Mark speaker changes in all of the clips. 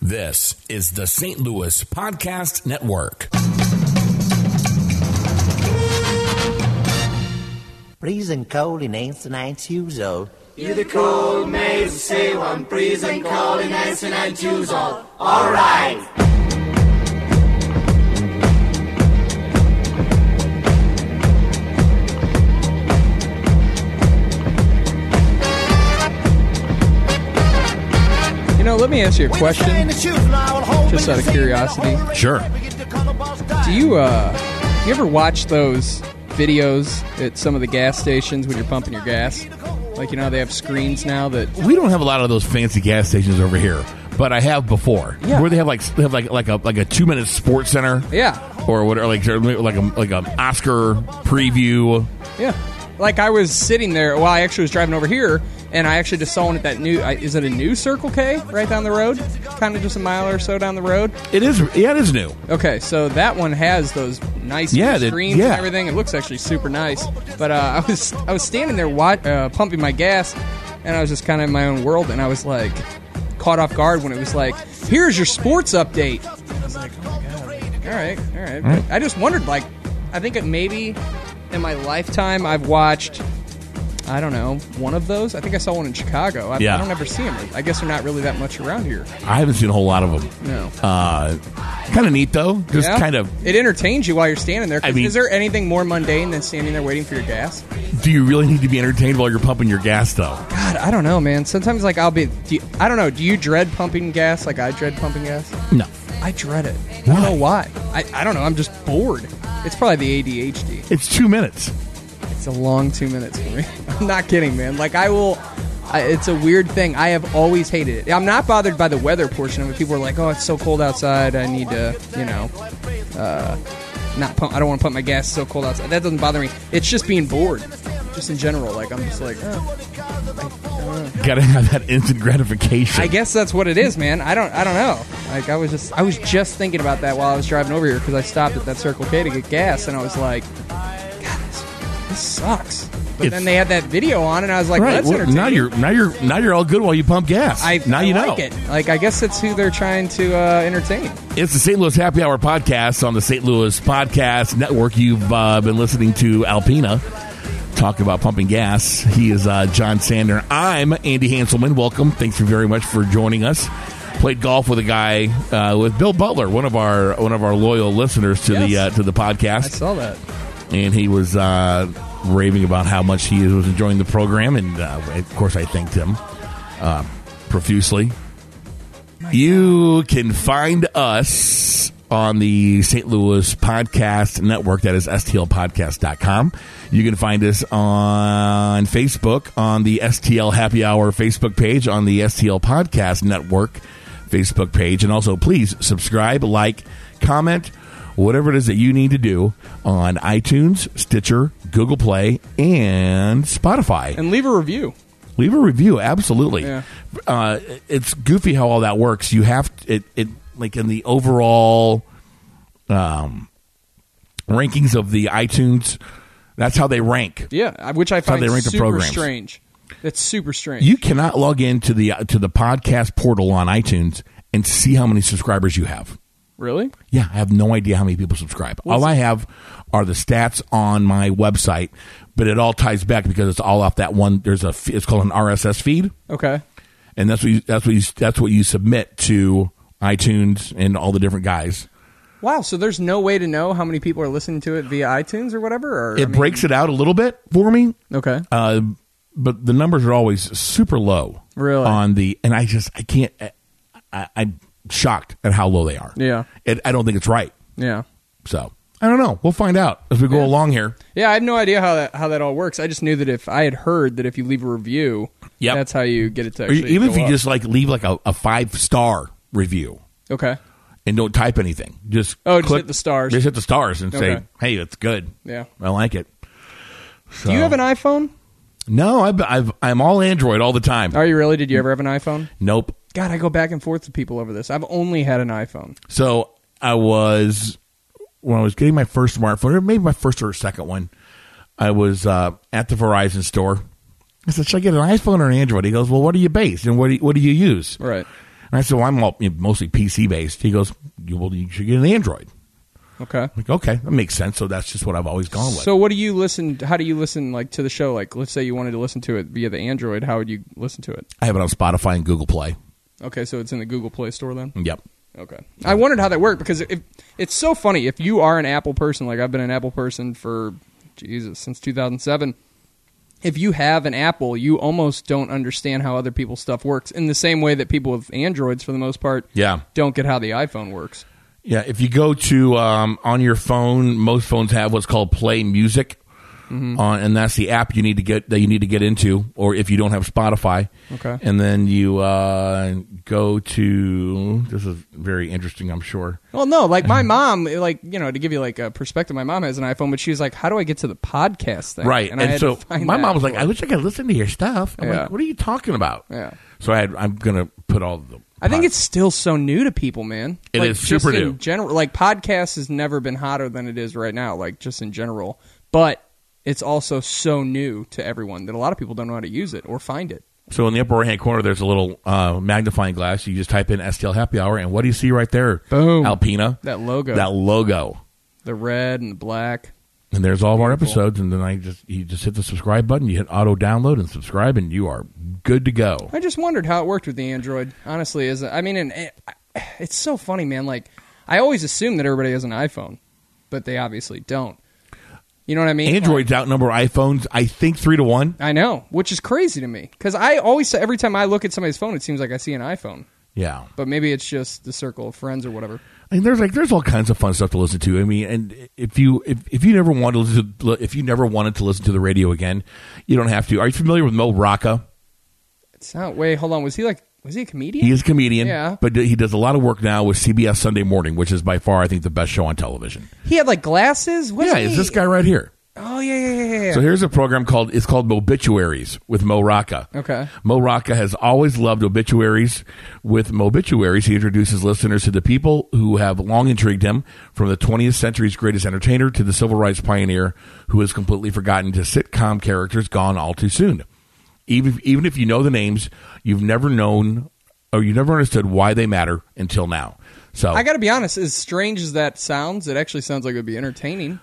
Speaker 1: This is the St. Louis Podcast Network.
Speaker 2: Freezing cold and ain't nine years old.
Speaker 3: You're the cold maze, say one breeze and cold and answer and choose all. All right.
Speaker 4: You know, let me ask you a question.
Speaker 5: Just
Speaker 4: Just out of curiosity.
Speaker 1: Sure.
Speaker 4: Do you uh you ever watch those videos at some of the gas stations when you're pumping your gas? Like you know how they have screens now that
Speaker 1: We don't have a lot of those fancy gas stations over here, but I have before.
Speaker 4: Yeah.
Speaker 1: Where they have like they have like like a like a two minute sports center.
Speaker 4: Yeah.
Speaker 1: Or whatever, like like a like an Oscar preview.
Speaker 4: Yeah. Like I was sitting there well, I actually was driving over here and I actually just saw one at that new I- is it a new Circle K right down the road? Kind of just a mile or so down the road.
Speaker 1: It is yeah, it is new.
Speaker 4: Okay, so that one has those nice
Speaker 1: Yeah, that-
Speaker 4: screens
Speaker 1: yeah.
Speaker 4: and everything. It looks actually super nice. But uh, I was I was standing there wa- uh, pumping my gas, and I was just kind of in my own world, and I was like caught off guard when it was like, "Here's your sports update." I was like, "Oh my god! All right, all right." I just wondered, like, I think it maybe in my lifetime I've watched. I don't know, one of those. I think I saw one in Chicago. I,
Speaker 1: Yeah.
Speaker 4: I don't ever see them. I guess they're not really that much around here.
Speaker 1: I haven't seen a whole lot of them.
Speaker 4: No.
Speaker 1: Uh, kind of neat though. Just
Speaker 4: Yeah.
Speaker 1: kind of.
Speaker 4: it entertains you while you're standing there. 'cause
Speaker 1: I mean-
Speaker 4: is there anything more mundane than standing there waiting for your gas?
Speaker 1: Do you really need to be entertained while you're pumping your gas though?
Speaker 4: God, I don't know, man. Sometimes like I'll be, do you- I don't know. Do you dread pumping gas? Like I dread pumping gas.
Speaker 1: No.
Speaker 4: I dread it. I don't know why. I, I don't know. I'm just bored. It's probably the ADHD.
Speaker 1: It's two minutes.
Speaker 4: It's a long two minutes for me. I'm not kidding, man. Like I will. I, it's a weird thing. I have always hated it. I'm not bothered by the weather portion of it. People are like, "Oh, it's so cold outside. I need to, you know, uh, not pump. I don't want to pump my gas. It's so cold outside." That doesn't bother me. It's just being bored, just in general. Like I'm just like, oh.
Speaker 1: Got to have that instant gratification.
Speaker 4: I guess that's what it is, man. I don't. I don't know. Like I was just. I was just thinking about that while I was driving over here because I stopped at that Circle K to get gas, and I was like, "God, this, this sucks." But
Speaker 1: It's-
Speaker 4: then they had that video on, and I was like,
Speaker 1: Right.
Speaker 4: "That's
Speaker 1: Well,
Speaker 4: entertaining."
Speaker 1: now you're now you're now you're all good while you pump gas.
Speaker 4: I
Speaker 1: now
Speaker 4: I
Speaker 1: you
Speaker 4: like
Speaker 1: know
Speaker 4: it. Like I guess that's who they're trying to uh, entertain.
Speaker 1: It's the St. Louis Happy Hour podcast on the St. Louis Podcast Network. You've uh, been listening to Alpina talk about pumping gas. He is uh, John Sander. I'm Andy Hanselman. Welcome. Thanks you very much for joining us. Played golf with a guy uh, with Bill Butler, one of our one of our loyal listeners to the uh,
Speaker 4: Yes.
Speaker 1: to the
Speaker 4: I
Speaker 1: podcast,
Speaker 4: saw that.
Speaker 1: and he was uh, raving about how much he was enjoying the program. And uh, of course, I thanked him uh, profusely. You can find us on the St. Louis Podcast Network. That is stlpodcast.com. You can find us on Facebook on the STL Happy Hour Facebook page, on the STL Podcast Network Facebook page. And also, please subscribe, like, comment, whatever it is that you need to do on iTunes, Stitcher, Google Play, and Spotify
Speaker 4: And leave a review.
Speaker 1: leave a review absolutely
Speaker 4: Yeah.
Speaker 1: uh, it's goofy how all that works you have it, it like in the overall um, rankings of the itunes that's how they rank
Speaker 4: Yeah, I- which I
Speaker 1: how
Speaker 4: find
Speaker 1: they rank the
Speaker 4: super
Speaker 1: programs.
Speaker 4: strange. That's super strange.
Speaker 1: you cannot log into the to the podcast portal on itunes and see how many subscribers you have
Speaker 4: really?
Speaker 1: yeah i have no idea how many people subscribe all
Speaker 4: is
Speaker 1: i have are the stats on my website but it all ties back because it's all off that one there's a f- it's called an rss feed
Speaker 4: Okay.
Speaker 1: and that's what you, that's what you, that's what you submit to iTunes and all the different guys.
Speaker 4: Wow. So there's no way to know how many people are listening to it via iTunes or whatever. Or
Speaker 1: It
Speaker 4: I mean-
Speaker 1: breaks it out a little bit for me,
Speaker 4: Okay.
Speaker 1: uh, but the numbers are always super low.
Speaker 4: Really?
Speaker 1: on the and I just I can't I, I'm shocked at how low they are.
Speaker 4: Yeah.
Speaker 1: it, I don't think it's right.
Speaker 4: yeah.
Speaker 1: So I don't know. We'll find out as we go
Speaker 4: Yeah.
Speaker 1: along here.
Speaker 4: Yeah, I had no idea how that how that all works. I just knew that if I had heard that if you leave a review,
Speaker 1: Yep.
Speaker 4: that's how you get it to
Speaker 1: Or
Speaker 4: actually
Speaker 1: even if
Speaker 4: go
Speaker 1: you
Speaker 4: up.
Speaker 1: just like leave like a, a five star review
Speaker 4: okay.
Speaker 1: and don't type anything, just
Speaker 4: Oh, just
Speaker 1: click-
Speaker 4: hit the stars.
Speaker 1: Just hit the stars and say,
Speaker 4: Okay.
Speaker 1: "Hey, it's good.
Speaker 4: Yeah.
Speaker 1: I like it."
Speaker 4: Do you
Speaker 1: So-
Speaker 4: have an iPhone?
Speaker 1: No, I've, I've, I'm all Android all the time.
Speaker 4: Are you really? Did you ever have an iPhone?
Speaker 1: Nope.
Speaker 4: God, I go back and forth with people over this. I've only had an iPhone.
Speaker 1: So I was when I was getting my first smartphone, or maybe my first or second one. I was uh, at the Verizon store. I said, "Should I get an iPhone or an Android?" He goes, "Well, what do you base and what do you, what do you use?"
Speaker 4: Right.
Speaker 1: And I said, well, I'm all, you know, mostly PC based. He goes, you, well, you should get an Android.
Speaker 4: Okay.
Speaker 1: I'm like, okay, that makes sense. So that's just what I've always gone with.
Speaker 4: So what do you listen? How do you listen like to the show? Like, let's say you wanted to listen to it via the Android. How would you listen to it?
Speaker 1: I have it on Spotify and Google Play.
Speaker 4: Okay, so it's in the Google Play Store then.
Speaker 1: Yep.
Speaker 4: Okay. I wondered how that worked because if, it's so funny. If you are an Apple person, like I've been an Apple person for Jesus since 2007, if you have an Apple, you almost don't understand how other people's stuff works. In the same way that people with Androids, for the most part,
Speaker 1: Yeah.
Speaker 4: don't get how the iPhone works.
Speaker 1: Yeah, if you go to um, on your phone, most phones have what's called Play Music,
Speaker 4: Mm-hmm.
Speaker 1: on, and that's the app you need to get that you need to get into, or if you don't have Spotify.
Speaker 4: Okay.
Speaker 1: And then you uh, go to this is very interesting, I'm sure.
Speaker 4: Well, no, like my mom, like you know, to give you like a perspective, my mom has an iPhone, but she was like, "How do I get to the podcast thing?"
Speaker 1: Right,
Speaker 4: I
Speaker 1: and,
Speaker 4: had
Speaker 1: so
Speaker 4: to find
Speaker 1: my
Speaker 4: that.
Speaker 1: mom was like, "I wish I could listen to your stuff." I'm
Speaker 4: Yeah.
Speaker 1: like, "What are you talking about?"
Speaker 4: Yeah.
Speaker 1: So I had, I'm gonna put all the.
Speaker 4: I think it's still so new to people, man.
Speaker 1: It
Speaker 4: like,
Speaker 1: is
Speaker 4: just
Speaker 1: super
Speaker 4: in
Speaker 1: new.
Speaker 4: General, like podcasts has never been hotter than it is right now. Like just in general, but it's also so new to everyone that a lot of people don't know how to use it or find it.
Speaker 1: So in the upper right hand corner, there's a little uh, magnifying glass. You just type in STL Happy Hour, and what do you see right there?
Speaker 4: Boom.
Speaker 1: Alpina.
Speaker 4: That logo,
Speaker 1: That logo.
Speaker 4: the red and the black.
Speaker 1: And there's all of our episodes, and then I just you just hit the subscribe button, you hit auto download and subscribe, and you are good to go.
Speaker 4: I just wondered how it worked with the Android. Honestly, is I mean, and it, it's so funny, man. Like I always assume that everybody has an iPhone, but they obviously don't. You know what I mean?
Speaker 1: Androids outnumber iPhones, I think three to one.
Speaker 4: I know, which is crazy to me because I always say every time I look at somebody's phone, it seems like I see an iPhone.
Speaker 1: Yeah,
Speaker 4: but maybe it's just the circle of friends or whatever.
Speaker 1: I mean, there's like there's all kinds of fun stuff to listen to. I mean, and if you if, if you never want to listen to, if you never wanted to listen to the radio again, you don't have to. Are you familiar with Mo Rocca?
Speaker 4: It's not. Wait, hold on. Was he like? Was he a comedian?
Speaker 1: He is a comedian,
Speaker 4: Yeah.
Speaker 1: but he does a lot of work now with CBS Sunday Morning, which is by far I think the best show on television.
Speaker 4: He had like glasses. Wasn't
Speaker 1: yeah,
Speaker 4: he?
Speaker 1: it's this guy right here.
Speaker 4: Oh yeah, yeah, yeah, yeah, yeah.
Speaker 1: So here's a program called it's called Mobituaries with Mo Rocca.
Speaker 4: Okay.
Speaker 1: Mo Rocca has always loved obituaries. With Mobituaries, he introduces listeners to the people who have long intrigued him, from the 20th century's greatest entertainer to the civil rights pioneer who is completely forgotten to sitcom characters gone all too soon. Even even if you know the names, you've never known or you never understood why they matter until now. So
Speaker 4: I got to be honest. As strange as that sounds, it actually sounds like it would be entertaining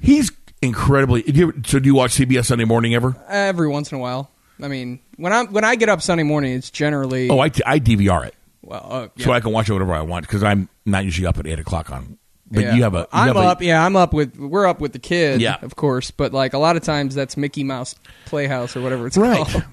Speaker 1: he's incredibly. do you- So do you watch CBS Sunday Morning ever?
Speaker 4: every once in a while. I mean, when I am when I get up Sunday morning, it's generally
Speaker 1: Oh, I, I DVR it.
Speaker 4: well. Uh, yeah.
Speaker 1: so I can watch it whenever I want because I'm not usually up at eight o'clock on. But
Speaker 4: Yeah.
Speaker 1: you have a. you
Speaker 4: I'm
Speaker 1: have a-
Speaker 4: up. yeah, I'm up with. We're up with the kid.
Speaker 1: Yeah.
Speaker 4: of course. But like a lot of times, that's Mickey Mouse Playhouse or whatever it's
Speaker 1: right.
Speaker 4: called.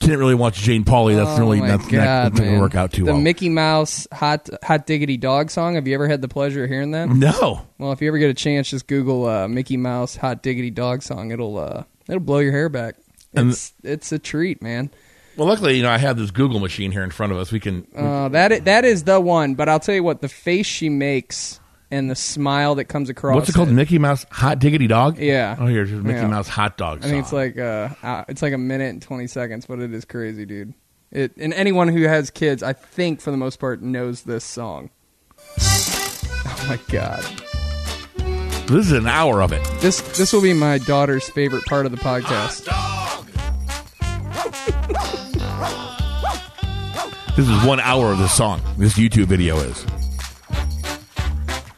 Speaker 1: Didn't really watch Jane Pauley. That's really
Speaker 4: Oh my
Speaker 1: that's not
Speaker 4: God,
Speaker 1: going to
Speaker 4: man.
Speaker 1: work out too
Speaker 4: the
Speaker 1: well.
Speaker 4: Mickey Mouse hot hot diggity dog song. Have you ever had the pleasure of hearing that?
Speaker 1: Mm-hmm. no,
Speaker 4: Well, if you ever get a chance, just Google uh, Mickey Mouse hot diggity dog song. It'll uh, it'll blow your hair back.
Speaker 1: And-
Speaker 4: It's it's a treat, man.
Speaker 1: well, luckily you know I have this Google machine here in front of us. We can.
Speaker 4: Uh, that i- that is the one. But I'll tell you what, the face she makes and the smile that comes across.
Speaker 1: what's it called? Mickey Mouse Hot Diggity Dog.
Speaker 4: Yeah.
Speaker 1: Oh, here's Mickey
Speaker 4: Yeah.
Speaker 1: Mouse Hot Dog.
Speaker 4: I think it's
Speaker 1: song.
Speaker 4: like uh, uh, it's like a minute and twenty seconds, but it is crazy, dude. It and anyone who has kids, I think for the most part, knows this song. Oh my god.
Speaker 1: this is an hour of it.
Speaker 4: This this will be my daughter's favorite part of the podcast.
Speaker 1: This is one hour of this song. This YouTube video is.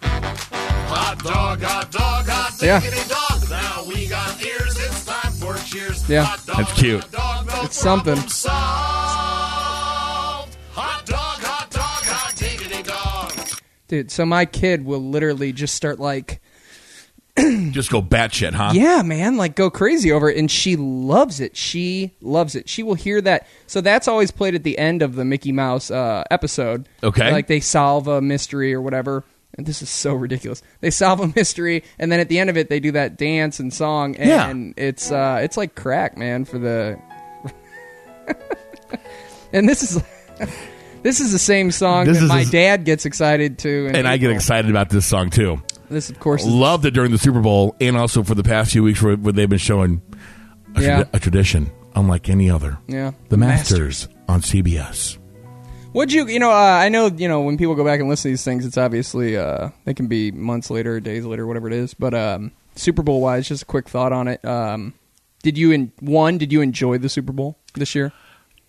Speaker 5: Hot dog, hot dog, hot
Speaker 4: Yeah.
Speaker 5: diggity dog. Now we got ears, it's time for cheers.
Speaker 4: Yeah.
Speaker 5: Hot dog,
Speaker 1: That's cute.
Speaker 5: hot dog, no
Speaker 4: It's something.
Speaker 5: problem solved. Hot dog, hot dog, hot diggity dog.
Speaker 4: Dude, so my kid will literally just start like,
Speaker 1: Just go batshit, huh?
Speaker 4: yeah, man, like go crazy over it. And she loves it. She loves it. She will hear that. So that's always played at the end of the Mickey Mouse uh, episode.
Speaker 1: Okay.
Speaker 4: Like they solve a mystery or whatever. And this is so ridiculous. They solve a mystery, and then at the end of it, they do that dance and song,
Speaker 1: Yeah.
Speaker 4: and it's uh, it's like crack, man, for the. and this is this is the same song
Speaker 1: This
Speaker 4: that
Speaker 1: is-
Speaker 4: my dad gets excited to,
Speaker 1: And I get excited about this song too.
Speaker 4: This, of course, is
Speaker 1: Loved it during the Super Bowl, and also for the past few weeks where, where they've been showing a, tradi-
Speaker 4: Yeah.
Speaker 1: a tradition unlike any other.
Speaker 4: Yeah.
Speaker 1: The Masters, on CBS.
Speaker 4: Would you, you know, uh, I know, you know, when people go back and listen to these things, it's obviously, uh, they can be months later, days later, whatever it is. But um, Super Bowl wise, just a quick thought on it. Um, did you, in, one, did you enjoy the Super Bowl this year?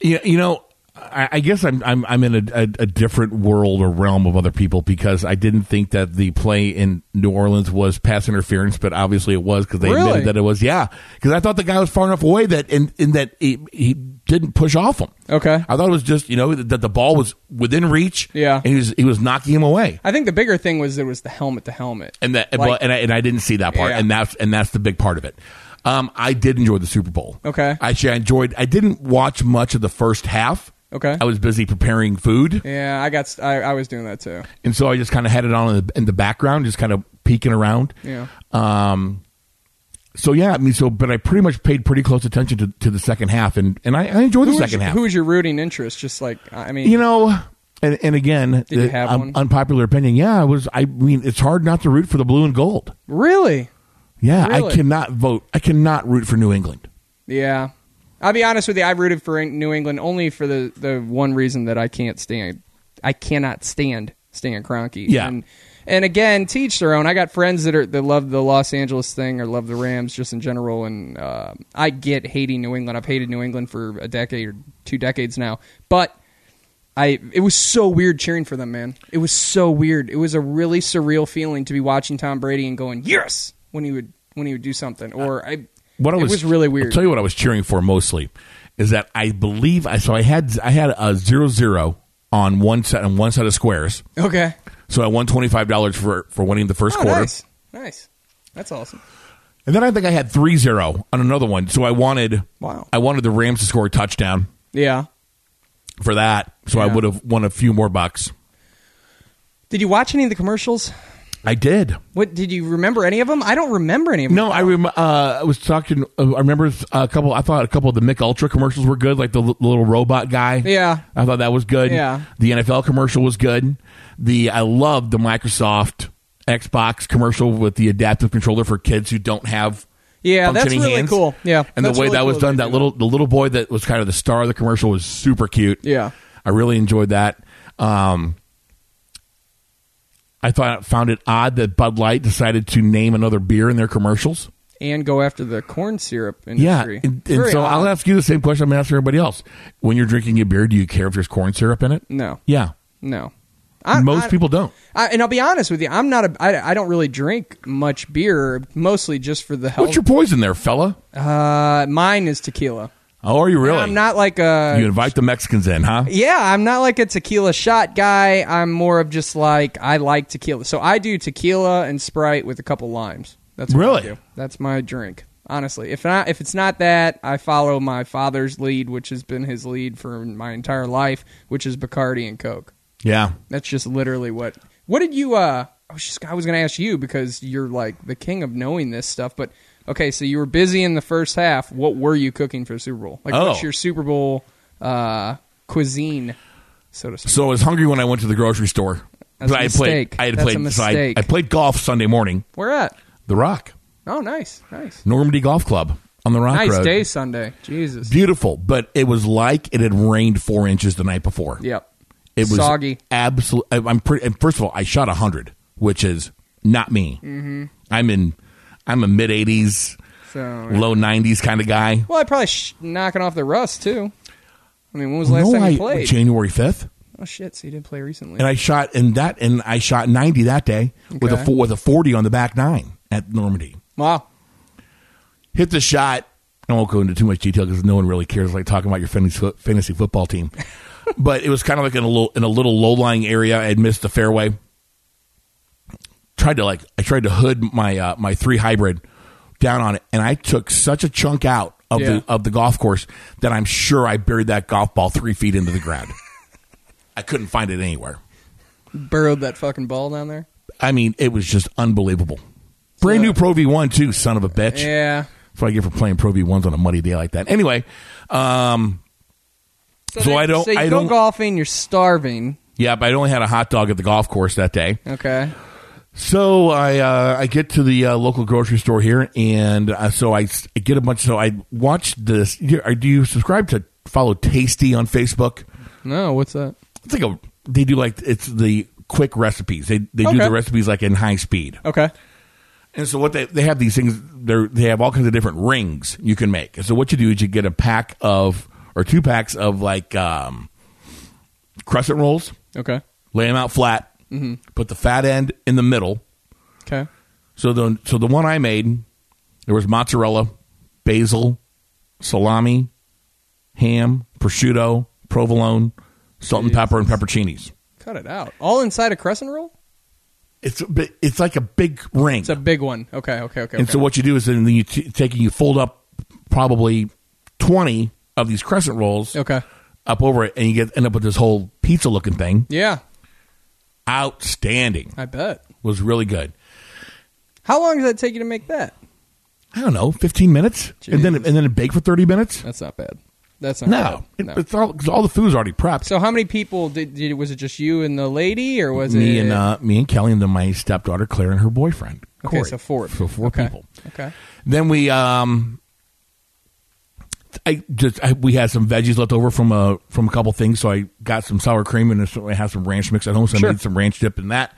Speaker 1: Yeah, you know, I, I guess I'm I'm I'm in a, a, a different world or realm of other people because I didn't think that the play in New Orleans was pass interference, but obviously it was because they
Speaker 4: Really?
Speaker 1: admitted that it was. Yeah, because I thought the guy was far enough away that in, in that he, he didn't push off him.
Speaker 4: Okay.
Speaker 1: I thought it was just you know that the ball was within reach.
Speaker 4: Yeah.
Speaker 1: and he was he was knocking him away.
Speaker 4: I think the bigger thing was there was the helmet to helmet.
Speaker 1: And that,
Speaker 4: Like-
Speaker 1: well, and I, and I didn't see that part,
Speaker 4: Yeah.
Speaker 1: and that's and that's the big part of it. Um, I did enjoy the Super Bowl.
Speaker 4: Okay.
Speaker 1: actually, I enjoyed. I didn't watch much of the first half.
Speaker 4: Okay.
Speaker 1: I was busy preparing food,
Speaker 4: Yeah, I got. I, I was doing that too.
Speaker 1: and so I just kind of had it on in the, in the background, just kind of peeking around.
Speaker 4: Yeah.
Speaker 1: Um. So yeah, I mean, so but I pretty much paid pretty close attention to, to the second half, and and I, I enjoyed the
Speaker 4: Who was
Speaker 1: second
Speaker 4: your-
Speaker 1: half.
Speaker 4: Who was your rooting interest? Just like I mean,
Speaker 1: you know and, and again
Speaker 4: Did you
Speaker 1: the
Speaker 4: have
Speaker 1: un-
Speaker 4: one?
Speaker 1: unpopular opinion yeah it was i mean it's hard not to root for the blue and gold
Speaker 4: really?
Speaker 1: yeah
Speaker 4: Really?
Speaker 1: i cannot vote i cannot root for new england
Speaker 4: Yeah. I'll be honest with you. I rooted for Eng- New England only for the, the one reason that I can't stand. I cannot stand Stan Kroenke.
Speaker 1: Yeah.
Speaker 4: And, and again, teach their own. I got friends that are that love the Los Angeles thing or love the Rams just in general. And uh, I get hating New England. I've hated New England for a decade or two decades now. But I it was so weird cheering for them, man. It was so weird. It was a really surreal feeling to be watching Tom Brady and going yes when he would when he would do something. Or I
Speaker 1: what i
Speaker 4: it
Speaker 1: was,
Speaker 4: was, really
Speaker 1: i'll
Speaker 4: weird.
Speaker 1: tell you what i was cheering for mostly is that i believe i so i had i had a zero zero on one set on one set of squares
Speaker 4: Okay.
Speaker 1: so i won $25 for for winning the first
Speaker 4: Oh,
Speaker 1: quarter
Speaker 4: nice. Nice. That's awesome.
Speaker 1: and then i think i had 3-0 on another one so i wanted
Speaker 4: Wow.
Speaker 1: i wanted the rams to score a touchdown
Speaker 4: Yeah.
Speaker 1: for that so i
Speaker 4: Yeah.
Speaker 1: would have won a few more bucks
Speaker 4: Did you watch any of the commercials?
Speaker 1: i did
Speaker 4: What did you remember any of them? I don't remember any of them.
Speaker 1: No, I rem- uh, I was talking. Uh, I remember a couple. I thought a couple of the Mick Ultra commercials were good, like the l- little robot guy.
Speaker 4: Yeah.
Speaker 1: I thought that was good.
Speaker 4: Yeah.
Speaker 1: the NFL commercial was good. The I loved the Microsoft Xbox commercial with the adaptive controller for kids who don't have.
Speaker 4: Yeah, that's
Speaker 1: functioning
Speaker 4: really
Speaker 1: hands.
Speaker 4: cool. Yeah,
Speaker 1: and the
Speaker 4: that's
Speaker 1: way
Speaker 4: really
Speaker 1: that was
Speaker 4: cool that
Speaker 1: done,
Speaker 4: they
Speaker 1: that
Speaker 4: do
Speaker 1: little the little boy that was kind of the star of the commercial was super cute.
Speaker 4: Yeah.
Speaker 1: I really enjoyed that. Um, I thought found it odd that Bud Light decided to name another beer in their commercials.
Speaker 4: And go after the corn syrup industry.
Speaker 1: Yeah, and, and
Speaker 4: Very
Speaker 1: so
Speaker 4: odd.
Speaker 1: I'll ask you the same question I'm asking everybody else. When you're drinking your beer, do you care if there's corn syrup in it?
Speaker 4: No.
Speaker 1: Yeah,
Speaker 4: No. I,
Speaker 1: most
Speaker 4: I-
Speaker 1: people don't.
Speaker 4: I, and I'll be honest with you, I'm not a. I, I don't really drink much beer, mostly just for the health.
Speaker 1: What's your poison there, fella?
Speaker 4: uh, mine is tequila.
Speaker 1: Oh, are you really?
Speaker 4: I'm not like a.
Speaker 1: You invite the Mexicans in, huh?
Speaker 4: Yeah, I'm not like a tequila shot guy. I'm more of just like I like tequila. So I do tequila and Sprite with a couple limes. That's what I
Speaker 1: Really?
Speaker 4: do. That's my drink. Honestly, if not, if it's not that, I follow my father's lead, which has been his lead for my entire life, which is Bacardi and Coke.
Speaker 1: Yeah.
Speaker 4: That's just literally what. What did you? Uh, I was just I was going to ask you because you're like the king of knowing this stuff. But okay, so you were busy in the first half. What were you cooking for the Super Bowl? Like,
Speaker 1: Oh.
Speaker 4: what's your Super Bowl uh, cuisine, so to speak?
Speaker 1: So I was hungry when I went to the grocery store.
Speaker 4: That's
Speaker 1: But
Speaker 4: a
Speaker 1: I had played.
Speaker 4: mistake.
Speaker 1: I had
Speaker 4: That's
Speaker 1: played.
Speaker 4: a
Speaker 1: so I-
Speaker 4: mistake.
Speaker 1: I played golf Sunday morning.
Speaker 4: Where at?
Speaker 1: The Rock,
Speaker 4: Oh, nice, nice,
Speaker 1: Normandy Golf Club on the Rock
Speaker 4: nice
Speaker 1: Road.
Speaker 4: day Sunday. Jesus.
Speaker 1: Beautiful, but it was like it had rained four inches the night before.
Speaker 4: Yep.
Speaker 1: It was
Speaker 4: Soggy.
Speaker 1: Absolutely. I'm pretty. And first of all, I shot hundred, which is not me. Mm-hmm. I'm in. I'm a mid '80s,
Speaker 4: So Oh, yeah.
Speaker 1: low '90s kind of guy.
Speaker 4: well, I probably sh- knocking off the rust too. I mean, when was the last
Speaker 1: No,
Speaker 4: time
Speaker 1: I-
Speaker 4: you played?
Speaker 1: January 5th,
Speaker 4: oh shit! So you did play recently.
Speaker 1: and I shot in that, and I shot 90 that day with a
Speaker 4: Okay.
Speaker 1: fo- with a 40 on the back nine at Normandy.
Speaker 4: wow.
Speaker 1: Hit the shot. I won't go into too much detail because no one really cares. Like talking about your fantasy, fo- fantasy football team, but it was kind of like in a little in a little low lying area. I had missed the fairway. tried to like I tried to hood my uh, my three hybrid down on it, and I took such a chunk out of
Speaker 4: Yeah.
Speaker 1: the of the golf course that I'm sure I buried that golf ball three feet into the ground. I couldn't find it anywhere.
Speaker 4: Burrowed that fucking ball down there.
Speaker 1: I mean, it was just unbelievable. Brand new Pro V one too, son of a bitch.
Speaker 4: Yeah.
Speaker 1: That's what I get for playing Pro V ones on a muddy day like that. Anyway, um, So
Speaker 4: then-
Speaker 1: I don't-
Speaker 4: So you
Speaker 1: I
Speaker 4: go
Speaker 1: don't-
Speaker 4: golfing. You're starving.
Speaker 1: yeah, but I only had a hot dog at the golf course that day.
Speaker 4: Okay.
Speaker 1: So I uh, I get to the uh, local grocery store here, and uh, so I, s- I get a bunch. So I watch this. you- uh, Do you subscribe to follow Tasty on Facebook?
Speaker 4: No, what's that?
Speaker 1: It's like a they do like it's the quick recipes. They they do
Speaker 4: Okay.
Speaker 1: the recipes like in high speed.
Speaker 4: Okay.
Speaker 1: And so what they they have these things. They they have all kinds of different rings you can make. And so what you do is you get a pack of or two packs of like um, crescent rolls,
Speaker 4: Okay.
Speaker 1: lay them out flat, put the fat end in the middle.
Speaker 4: Okay.
Speaker 1: So the so the one I made, there was mozzarella, basil, salami, ham, prosciutto, provolone, salt and pepper, and pepperoncinis.
Speaker 4: Cut it out. All inside a crescent roll?
Speaker 1: It's a bit, it's like a big ring.
Speaker 4: It's a big one. Okay, okay, okay.
Speaker 1: And so
Speaker 4: okay.
Speaker 1: what you do is then you t- take you fold up probably twenty of these crescent rolls
Speaker 4: Okay.
Speaker 1: up over it, and you get end up with this whole pizza looking thing.
Speaker 4: Yeah,
Speaker 1: Outstanding,
Speaker 4: I bet.
Speaker 1: was really good.
Speaker 4: How long does that take you to make that?
Speaker 1: I don't know, fifteen minutes, and then and then it bake for thirty minutes.
Speaker 4: That's not bad. That's not
Speaker 1: No,
Speaker 4: bad.
Speaker 1: it, it's all 'cause all the food's already prepped.
Speaker 4: So how many people did, did was it just you and the lady or was
Speaker 1: me
Speaker 4: it
Speaker 1: and uh, me and Kelly and then my stepdaughter Claire and her boyfriend.
Speaker 4: Okay,
Speaker 1: Corey.
Speaker 4: so four.
Speaker 1: So four
Speaker 4: Okay.
Speaker 1: people.
Speaker 4: Okay.
Speaker 1: Then we um, I just I, we had some veggies left over from a from a couple things, so I got some sour cream and so I have some ranch mix at home, so
Speaker 4: Sure.
Speaker 1: I made some ranch dip in that.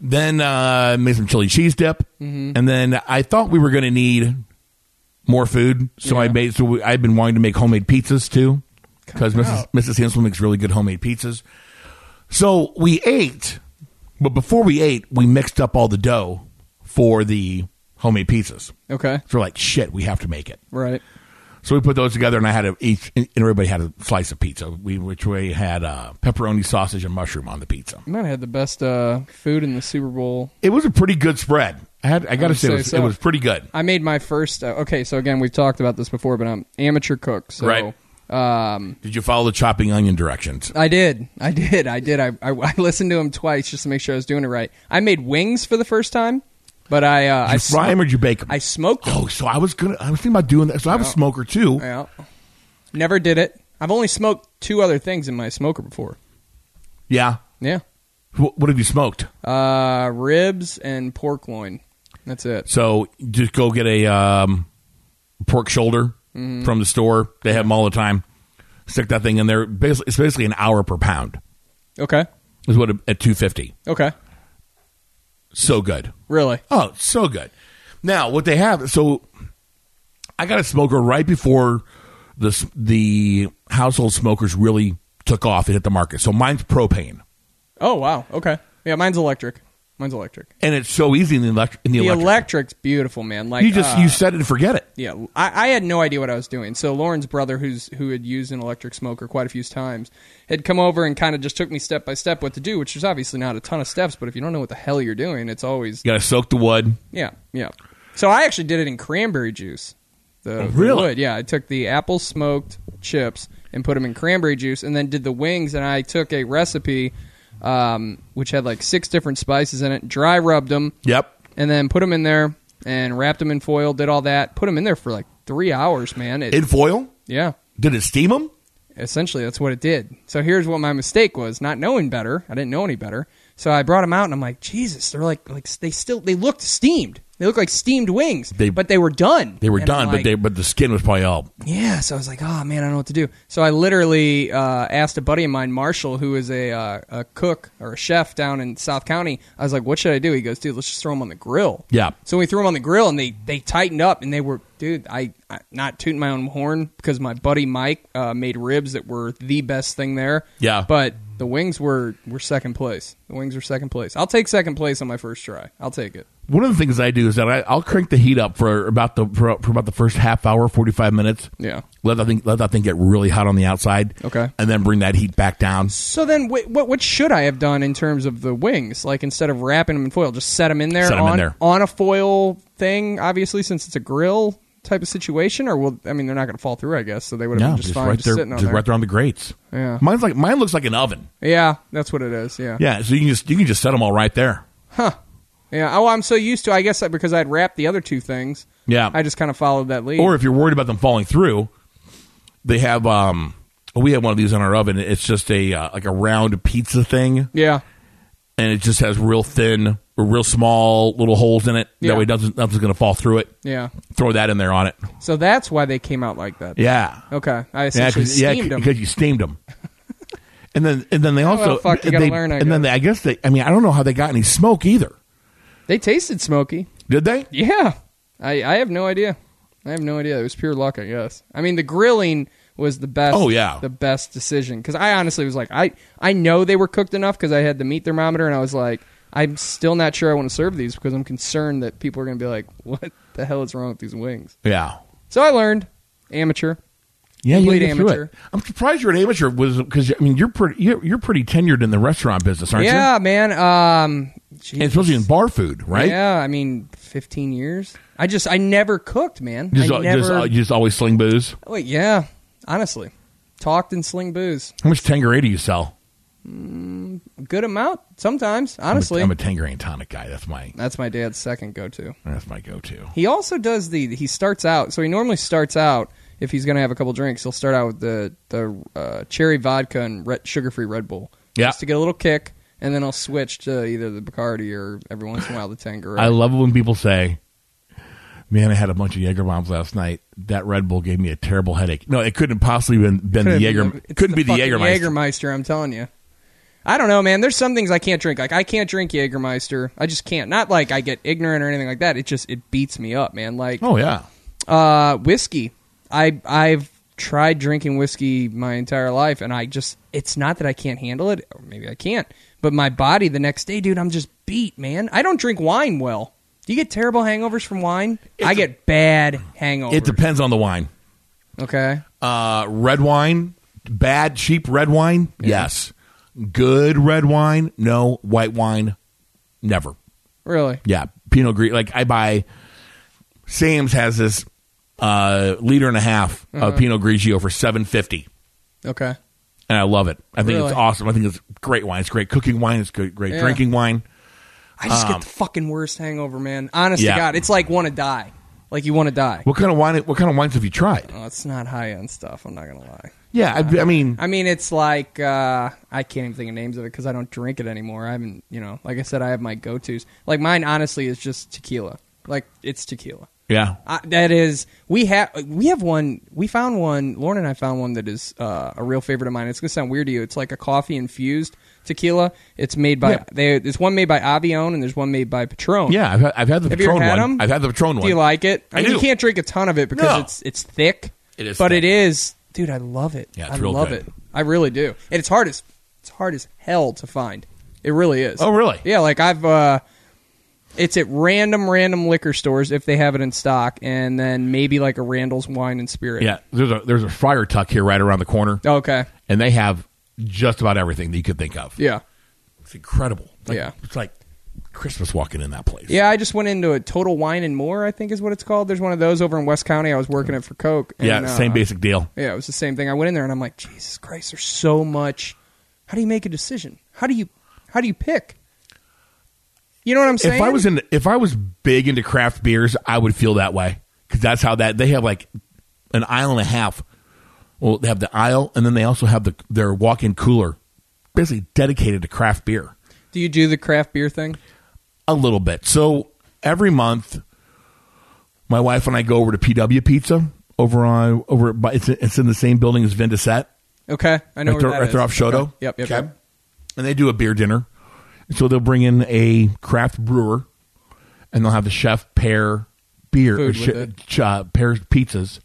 Speaker 1: Then uh, made some chili cheese dip,
Speaker 4: Mm-hmm.
Speaker 1: and then I thought we were going to need more food, so I
Speaker 4: Yeah.
Speaker 1: made so we, I've been wanting to make homemade pizzas too because Mrs. Mrs. Hansel makes really good homemade pizzas. So we ate, but before we ate, we mixed up all the dough for the homemade pizzas.
Speaker 4: Okay.
Speaker 1: So we're like, shit, we have to make it.
Speaker 4: Right.
Speaker 1: So we put those together, and I had a, each, and everybody had a slice of pizza, we, which we had uh, pepperoni, sausage, and mushroom on the pizza.
Speaker 4: You might have had the best uh, food in the Super Bowl.
Speaker 1: It was a pretty good spread. I had, I got to
Speaker 4: would
Speaker 1: say, it
Speaker 4: say
Speaker 1: was,
Speaker 4: so.
Speaker 1: it was pretty good.
Speaker 4: I made my first. Uh, okay, so again, we've talked about this before, but I'm amateur cook. So
Speaker 1: Right.
Speaker 4: um,
Speaker 1: Did you follow the chopping onion directions?
Speaker 4: I did, I did, I did. I, I, I listened to him twice just to make sure I was doing it right. I made wings for the first time, but I uh, I
Speaker 1: you fry them or did you bake them?
Speaker 4: I smoked them.
Speaker 1: oh, so I was gonna. I was thinking about doing that. So I'm a smoker too.
Speaker 4: Yeah. Never did it. I've only smoked two other things in my smoker before.
Speaker 1: Yeah.
Speaker 4: Yeah.
Speaker 1: Wh- what have you smoked?
Speaker 4: Uh, ribs and pork loin. That's it.
Speaker 1: So just go get a um, pork shoulder
Speaker 4: Mm-hmm.
Speaker 1: from the store. They have them all the time. Stick that thing in there. Basically, it's basically an hour per pound
Speaker 4: Okay.
Speaker 1: is what it- at two fifty.
Speaker 4: Okay.
Speaker 1: So good.
Speaker 4: Really?
Speaker 1: Oh, it's so good. Now what they have. So I got a smoker right before the s- the household smokers really took off and hit the market. So mine's propane,
Speaker 4: Oh wow. Okay. Yeah, mine's electric. Mine's electric.
Speaker 1: and it's so easy in the electric. In the,
Speaker 4: The
Speaker 1: electric.
Speaker 4: electric's beautiful, man. Like
Speaker 1: you just
Speaker 4: uh,
Speaker 1: you set it and forget it.
Speaker 4: Yeah, I, I had no idea what I was doing. So Lauren's brother, who's who had used an electric smoker quite a few times, had come over and kind of just took me step by step what to do, which is obviously not a ton of steps. But if you don't know what the hell you're doing, it's always
Speaker 1: You got to soak the wood.
Speaker 4: yeah, yeah. So I actually did it in cranberry juice. The, the
Speaker 1: really?
Speaker 4: wood, yeah. I took the apple smoked chips and put them in cranberry juice, and then did the wings. And I took a recipe um, which had like six different spices in it. Dry rubbed them,
Speaker 1: Yep.
Speaker 4: and then put them in there and wrapped them in foil. Did all that. Put them in there for like three hours, man. It,
Speaker 1: In foil.
Speaker 4: yeah.
Speaker 1: Did it steam them?
Speaker 4: Essentially, that's what it did. So here's what my mistake was: not knowing better. I didn't know any better, so I brought them out, and I'm like, Jesus, they're like, like they still they looked steamed. They look like steamed wings,
Speaker 1: They-
Speaker 4: but they were done.
Speaker 1: They were
Speaker 4: And I'm
Speaker 1: done, but
Speaker 4: like,
Speaker 1: they but the skin was probably all.
Speaker 4: yeah. So I was like, oh man, I don't know what to do. So I literally uh, asked a buddy of mine, Marshall, who is a uh, a cook or a chef down in South County. I was like, what should I do? He goes, dude, let's just throw them on the grill.
Speaker 1: Yeah.
Speaker 4: So we threw them on the grill, and they they tightened up, and they were, dude. I, I not tooting my own horn because my buddy Mike uh, made ribs that were the best thing there.
Speaker 1: Yeah.
Speaker 4: But the wings were were second place. The wings were second place. I'll take second place on my first try. I'll take it.
Speaker 1: One of the things I do is that I, I'll crank the heat up for about the for, for about the first half hour, forty five minutes.
Speaker 4: Yeah.
Speaker 1: Let that thing let that thing get really hot on the outside.
Speaker 4: Okay.
Speaker 1: And then bring that heat back down.
Speaker 4: So then, wh- what what should I have done in terms of the wings? Like instead of wrapping them in foil, just set them in there,
Speaker 1: Set 'em in
Speaker 4: on,
Speaker 1: there.
Speaker 4: on a foil thing. Obviously, since it's a grill type of situation, or will I mean they're not going to fall through, I guess. So they would have
Speaker 1: Yeah,
Speaker 4: been just, fine
Speaker 1: right
Speaker 4: just
Speaker 1: there,
Speaker 4: sitting on
Speaker 1: just
Speaker 4: there.
Speaker 1: right there on the grates.
Speaker 4: Yeah.
Speaker 1: Mine's like mine looks like an oven.
Speaker 4: Yeah, that's what it is. Yeah,
Speaker 1: Yeah. So you can just you can just set them all right there.
Speaker 4: Yeah. Oh, I'm so used to. I guess that because I'd wrapped the other two things.
Speaker 1: Yeah.
Speaker 4: I just kind of followed that lead.
Speaker 1: Or if you're worried about them falling through, they have um we have one of these on our oven. It's just a uh, like a round pizza thing.
Speaker 4: yeah.
Speaker 1: and it just has real thin or real small little holes in it.
Speaker 4: Yeah.
Speaker 1: That way, doesn't nothing's going to fall through it.
Speaker 4: Yeah.
Speaker 1: Throw that in there on it.
Speaker 4: So that's why they came out like that.
Speaker 1: Yeah.
Speaker 4: Okay. I
Speaker 1: Yeah,
Speaker 4: essentially
Speaker 1: cause, yeah,
Speaker 4: steamed them.
Speaker 1: because you steamed them. and then and then they also
Speaker 4: well, fuck, you gotta
Speaker 1: they,
Speaker 4: learn, I
Speaker 1: and then
Speaker 4: guess.
Speaker 1: they, I guess they I mean I don't know how they got any smoke either.
Speaker 4: They tasted smoky.
Speaker 1: Did they?
Speaker 4: Yeah. I, I have no idea. I have no idea. It was pure luck, I guess. I mean, the grilling was the best.
Speaker 1: Oh, yeah.
Speaker 4: the best decision because I honestly was like, I I know they were cooked enough because I had the meat thermometer and I was like, I'm still not sure I want to serve these because I'm concerned that people are going to be like, what the hell is wrong with these wings?
Speaker 1: Yeah.
Speaker 4: So I learned, amateur.
Speaker 1: Yeah, you
Speaker 4: Complete
Speaker 1: get through
Speaker 4: amateur.
Speaker 1: it. I'm surprised you're an amateur was because I mean you're pretty you're, you're pretty tenured in the restaurant business, aren't you?
Speaker 4: yeah, man. Um, geez.
Speaker 1: And especially in bar food, right?
Speaker 4: Yeah, I mean, 15 years. I just I never cooked, man.
Speaker 1: Just,
Speaker 4: I
Speaker 1: uh,
Speaker 4: never.
Speaker 1: just, uh, just always sling booze.
Speaker 4: wait, yeah. Honestly, talked and sling booze.
Speaker 1: How much Tanqueray do you sell?
Speaker 4: Good amount sometimes.
Speaker 1: I'm a-
Speaker 4: Honestly,
Speaker 1: I'm a Tanqueray and tonic guy. That's my
Speaker 4: that's my dad's second go-to.
Speaker 1: that's my go-to.
Speaker 4: He also does the he starts out. So he normally starts out if he's going to have a couple drinks, he'll start out with the the uh, cherry vodka and red, sugar-free Red Bull.
Speaker 1: Yeah.
Speaker 4: just to get a little kick, and then I'll switch to either the Bacardi or every once in a while the Tanqueray.
Speaker 1: I love it when people say, "Man, I had a bunch of Jaeger bombs last night. That Red Bull gave me a terrible headache." No, it couldn't possibly been been the Jaeger.
Speaker 4: It's
Speaker 1: Couldn't be the
Speaker 4: fucking
Speaker 1: Jaegermeister.
Speaker 4: Jägermeister, I'm telling you. I don't know, man. There's some things I can't drink. Like I can't drink Jägermeister. I just can't. Not like I get ignorant or anything like that. It just it beats me up, man. Like
Speaker 1: Oh yeah,
Speaker 4: uh, whiskey. I I've tried drinking whiskey my entire life, and I just it's not that I can't handle it, or maybe I can't, but my body the next day, dude, I'm just beat, man. I don't drink wine well. Do you get terrible hangovers from wine? I get bad hangovers.
Speaker 1: it depends on the wine.
Speaker 4: okay.
Speaker 1: Uh, red wine, bad cheap red wine. Yes, good red wine. No white wine. Never.
Speaker 4: Really?
Speaker 1: Yeah, Pinot Gris. Like I buy. Sam's has this uh, liter and a half
Speaker 4: Mm-hmm.
Speaker 1: of Pinot Grigio for seven fifty.
Speaker 4: Okay.
Speaker 1: and I love it. I think
Speaker 4: Really?
Speaker 1: it's awesome. I think it's great wine. It's great cooking wine. It's good, great
Speaker 4: Yeah.
Speaker 1: drinking wine.
Speaker 4: I just get the fucking worst hangover, man. Honest
Speaker 1: Um, Yeah.
Speaker 4: to God, it's like want to die. Like you want to die.
Speaker 1: What kind of wine? What kind of wines have you tried?
Speaker 4: Oh, it's not high end stuff. I'm not gonna lie.
Speaker 1: Yeah, I, I mean,
Speaker 4: I mean, it's like uh, I can't even think of names of it because I don't drink it anymore. I haven't, you know, like I said, I have my go tos. Like mine, honestly, is just tequila. Like it's tequila.
Speaker 1: yeah,
Speaker 4: I, that is, we have we have one. We found one. Lauren and I found one that is uh, a real favorite of mine. It's gonna sound weird to you. It's like a coffee infused tequila. It's made by
Speaker 1: Yeah.
Speaker 4: they. There's one made by Avion and there's one made by Patron.
Speaker 1: yeah. I've had, I've had the
Speaker 4: Have you
Speaker 1: Patron
Speaker 4: ever had
Speaker 1: one.
Speaker 4: them?
Speaker 1: I've had the Patron one.
Speaker 4: Do you like it?
Speaker 1: I
Speaker 4: mean,
Speaker 1: do.
Speaker 4: You can't drink a ton of it because
Speaker 1: No.
Speaker 4: it's it's thick.
Speaker 1: It is
Speaker 4: but
Speaker 1: thick.
Speaker 4: it is, dude. I love it.
Speaker 1: Yeah, it's
Speaker 4: I
Speaker 1: real
Speaker 4: love
Speaker 1: good.
Speaker 4: it. I really do. And it's hard as it's hard as hell to find. It really is.
Speaker 1: Oh, really?
Speaker 4: Yeah. Like I've. uh it's at random, random liquor stores if they have it in stock, and then maybe like a Randall's Wine and Spirit.
Speaker 1: Yeah, there's a there's a Friar Tuck here right around the corner,
Speaker 4: Okay.
Speaker 1: and they have just about everything that you could think of.
Speaker 4: Yeah.
Speaker 1: It's incredible. It's like-
Speaker 4: Yeah.
Speaker 1: it's like Christmas walking in that place.
Speaker 4: Yeah, I just went into a Total Wine and More, I think is what it's called. There's one of those over in West County. I was working it for Coke. And,
Speaker 1: yeah, same
Speaker 4: uh,
Speaker 1: basic deal.
Speaker 4: Yeah, it was the same thing. I went in there and I'm like, Jesus Christ, there's so much. How do you make a decision? How do you how do you pick? You know what I'm saying?
Speaker 1: If I was in, if I was big into craft beers, I would feel that way because that's how that they have like an aisle and a half. Well, they have the aisle, and then they also have the their walk-in cooler, basically dedicated to craft beer
Speaker 4: do you do the craft beer thing?
Speaker 1: a little bit. So every month, my wife and I go over to PW Pizza over on over. by- It's it's in the same building as Vindicet.
Speaker 4: Okay, I know
Speaker 1: right there,
Speaker 4: where that
Speaker 1: right there
Speaker 4: is.
Speaker 1: off Shodo.
Speaker 4: Okay. Yep, yep,
Speaker 1: Okay.
Speaker 4: yep.
Speaker 1: And they do a beer dinner. So they'll bring in a craft brewer, and they'll have the chef pair beer,
Speaker 4: Food
Speaker 1: or
Speaker 4: with it.
Speaker 1: ch- uh, pair pizzas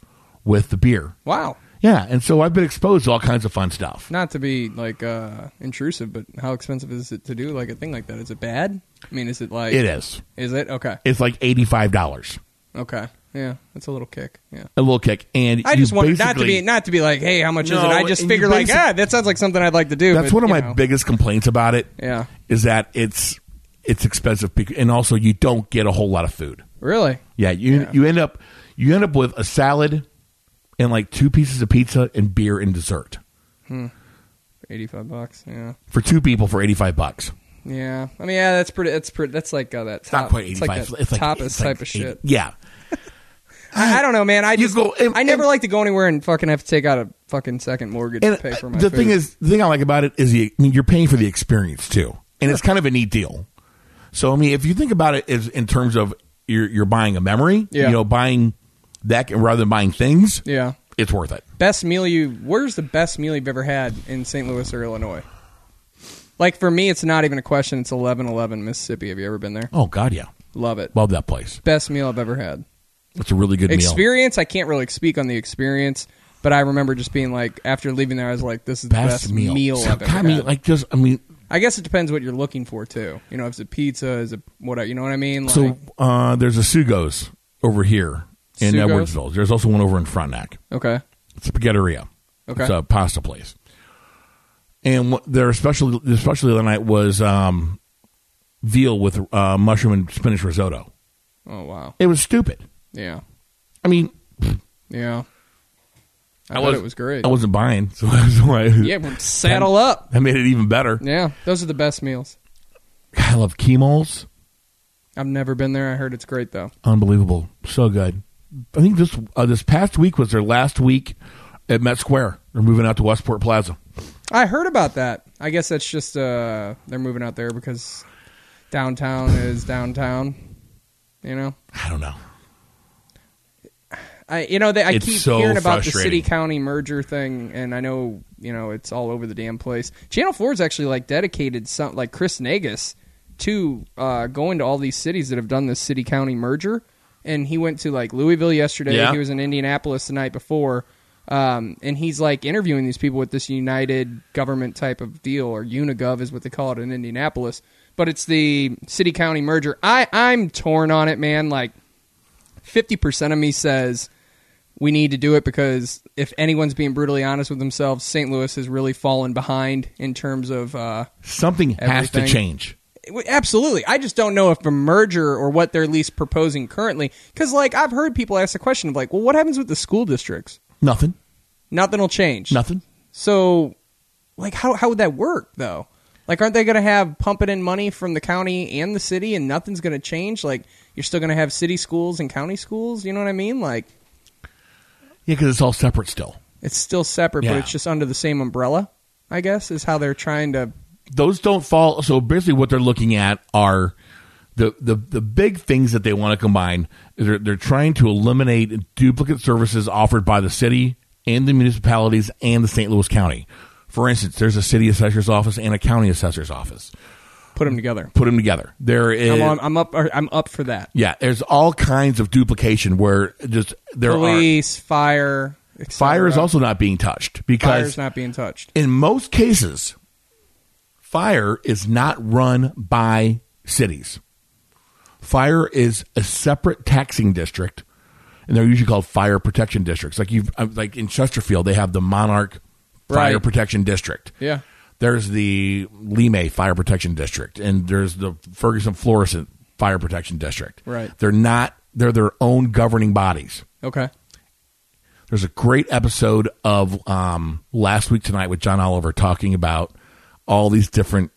Speaker 1: with the beer.
Speaker 4: Wow,
Speaker 1: Yeah, and so I've been exposed to all kinds of fun stuff.
Speaker 4: not to be like uh, intrusive, but how expensive is it to do like a thing like that? Is it bad? I mean, is it like
Speaker 1: It is.
Speaker 4: Is it okay?
Speaker 1: It's like eighty five dollars,
Speaker 4: Okay, yeah, that's a little kick. Yeah,
Speaker 1: a little kick, and
Speaker 4: I
Speaker 1: you
Speaker 4: just wanted not to
Speaker 1: basically-
Speaker 4: be not to be like, hey, how much is it?
Speaker 1: No,
Speaker 4: I just
Speaker 1: and you
Speaker 4: figure like,
Speaker 1: basic-
Speaker 4: ah, that sounds like something I'd like to do.
Speaker 1: That's
Speaker 4: but,
Speaker 1: one of
Speaker 4: you
Speaker 1: my
Speaker 4: know.
Speaker 1: biggest complaints about it.
Speaker 4: Yeah.
Speaker 1: is that it's it's expensive, bec- and also you don't get a whole lot of food.
Speaker 4: Really?
Speaker 1: Yeah, you you end up you end up with a salad and like two pieces of pizza and beer and dessert
Speaker 4: Eighty-five bucks. Yeah.
Speaker 1: for two people for eighty five bucks.
Speaker 4: Yeah, I mean, yeah, that's pretty. That's pretty. That's like uh, that.
Speaker 1: It's
Speaker 4: Top,
Speaker 1: not quite eighty
Speaker 4: it's
Speaker 1: five.
Speaker 4: like that tapas type of shit.
Speaker 1: Yeah,
Speaker 4: I, I don't know, man. I just
Speaker 1: go- and-
Speaker 4: I never
Speaker 1: and-
Speaker 4: like to go anywhere and fucking have to take out a fucking second mortgage
Speaker 1: and
Speaker 4: to pay for
Speaker 1: uh,
Speaker 4: my.
Speaker 1: the
Speaker 4: food.
Speaker 1: thing is, the thing I like about it is the, I mean you're paying for the experience too, and it's kind of a neat deal. So I mean, if you think about it as in terms of you're you're buying a memory,
Speaker 4: Yeah.
Speaker 1: you know, buying that rather than buying things,
Speaker 4: yeah,
Speaker 1: it's worth it.
Speaker 4: best meal you. Where's the best meal you've ever had in St. Louis or Illinois? Like for me, it's not even a question. It's eleven eleven Mississippi. Have you ever been there?
Speaker 1: Oh God, yeah,
Speaker 4: Love it.
Speaker 1: love that place.
Speaker 4: Best meal I've ever had.
Speaker 1: It's a really good meal.
Speaker 4: Experience. I can't really speak on the experience. But I remember just being like, after leaving there, I was like, this is the
Speaker 1: Best,
Speaker 4: best, meal,
Speaker 1: So,
Speaker 4: I've ever
Speaker 1: God, I mean,
Speaker 4: had.
Speaker 1: like just I mean,
Speaker 4: I guess it depends what you're looking for too. You know, if it's a pizza, is it whatever. You know what I mean? Like,
Speaker 1: so uh, there's a Sugos over here in
Speaker 4: Sugos?
Speaker 1: Edwardsville. There's also one over in Frontenac.
Speaker 4: okay,
Speaker 1: It's a spaghetteria.
Speaker 4: Okay.
Speaker 1: It's a pasta place. And what their special, their special the other night was um, veal with uh, mushroom and spinach risotto.
Speaker 4: oh wow,
Speaker 1: It was stupid.
Speaker 4: yeah,
Speaker 1: I mean,
Speaker 4: yeah. I,
Speaker 1: I
Speaker 4: thought
Speaker 1: was-
Speaker 4: it was great.
Speaker 1: I wasn't buying, so that's why
Speaker 4: yeah, well, saddle up.
Speaker 1: that made it even better.
Speaker 4: Yeah, those are the best meals.
Speaker 1: I love chemos.
Speaker 4: I've never been there. I heard it's great though.
Speaker 1: Unbelievable. So good. I think this uh, this past week was their last week at Met Square. They're moving out to Westport Plaza.
Speaker 4: I heard about that. I guess that's just uh they're moving out there because downtown is downtown. You know,
Speaker 1: I don't know.
Speaker 4: I you know they, I
Speaker 1: It's
Speaker 4: keep
Speaker 1: so
Speaker 4: hearing about the
Speaker 1: frustrating.
Speaker 4: city county merger thing, and I know you know it's all over the damn place. Channel Four's actually like dedicated some like Chris Nagus to uh, going to all these cities that have done this city county merger, and he went to like Louisville yesterday.
Speaker 1: Yeah.
Speaker 4: He was in Indianapolis the night before. Um, and he's like interviewing these people with this united government type of deal, or Unigov is what they call it in Indianapolis. But it's the city county merger. I I'm torn on it, man. Like fifty percent of me says we need to do it because if anyone's being brutally honest with themselves, St. Louis has really fallen behind in terms of. Uh,
Speaker 1: Something has to
Speaker 4: Everything.
Speaker 1: change.
Speaker 4: w- absolutely, I just don't know if a merger or what they're at least proposing currently. Because like I've heard people ask the question of like, well, what happens with the school districts?
Speaker 1: Nothing.
Speaker 4: Nothing will change.
Speaker 1: Nothing.
Speaker 4: So, like, how how would that work though? Like, aren't they going to have pumping in money from the county and the city, and nothing's going to change? Like, you're still going to have city schools and county schools. You know what I mean? Like,
Speaker 1: Yeah, because it's all separate still.
Speaker 4: It's still separate,
Speaker 1: Yeah.
Speaker 4: but it's just under the same umbrella, I guess, is how they're trying to.
Speaker 1: Those don't fall. So basically, what they're looking at are the the, the big things that they want to combine. They're, they're trying to eliminate duplicate services offered by the city and the municipalities and the St. Louis County. For instance, there's a city assessor's office and a county assessor's office.
Speaker 4: put them together.
Speaker 1: Put them together. There is-
Speaker 4: I'm, on, I'm up. or I'm up for that.
Speaker 1: yeah. There's all kinds of duplication where just there are
Speaker 4: Police, fire, et
Speaker 1: fire is
Speaker 4: cetera.
Speaker 1: also not being touched because
Speaker 4: fire's not being touched.
Speaker 1: in most cases, fire is not run by cities. Fire is a separate taxing district, and they're usually called fire protection districts. Like you, have like in Chesterfield, they have the Monarch Fire
Speaker 4: Right.
Speaker 1: Protection District.
Speaker 4: Yeah.
Speaker 1: There's the Lime Fire Protection District, and there's the Ferguson Florissant Fire Protection District.
Speaker 4: Right.
Speaker 1: They're not. They're their own governing bodies.
Speaker 4: Okay.
Speaker 1: There's a great episode of um, last week tonight with John Oliver talking about all these different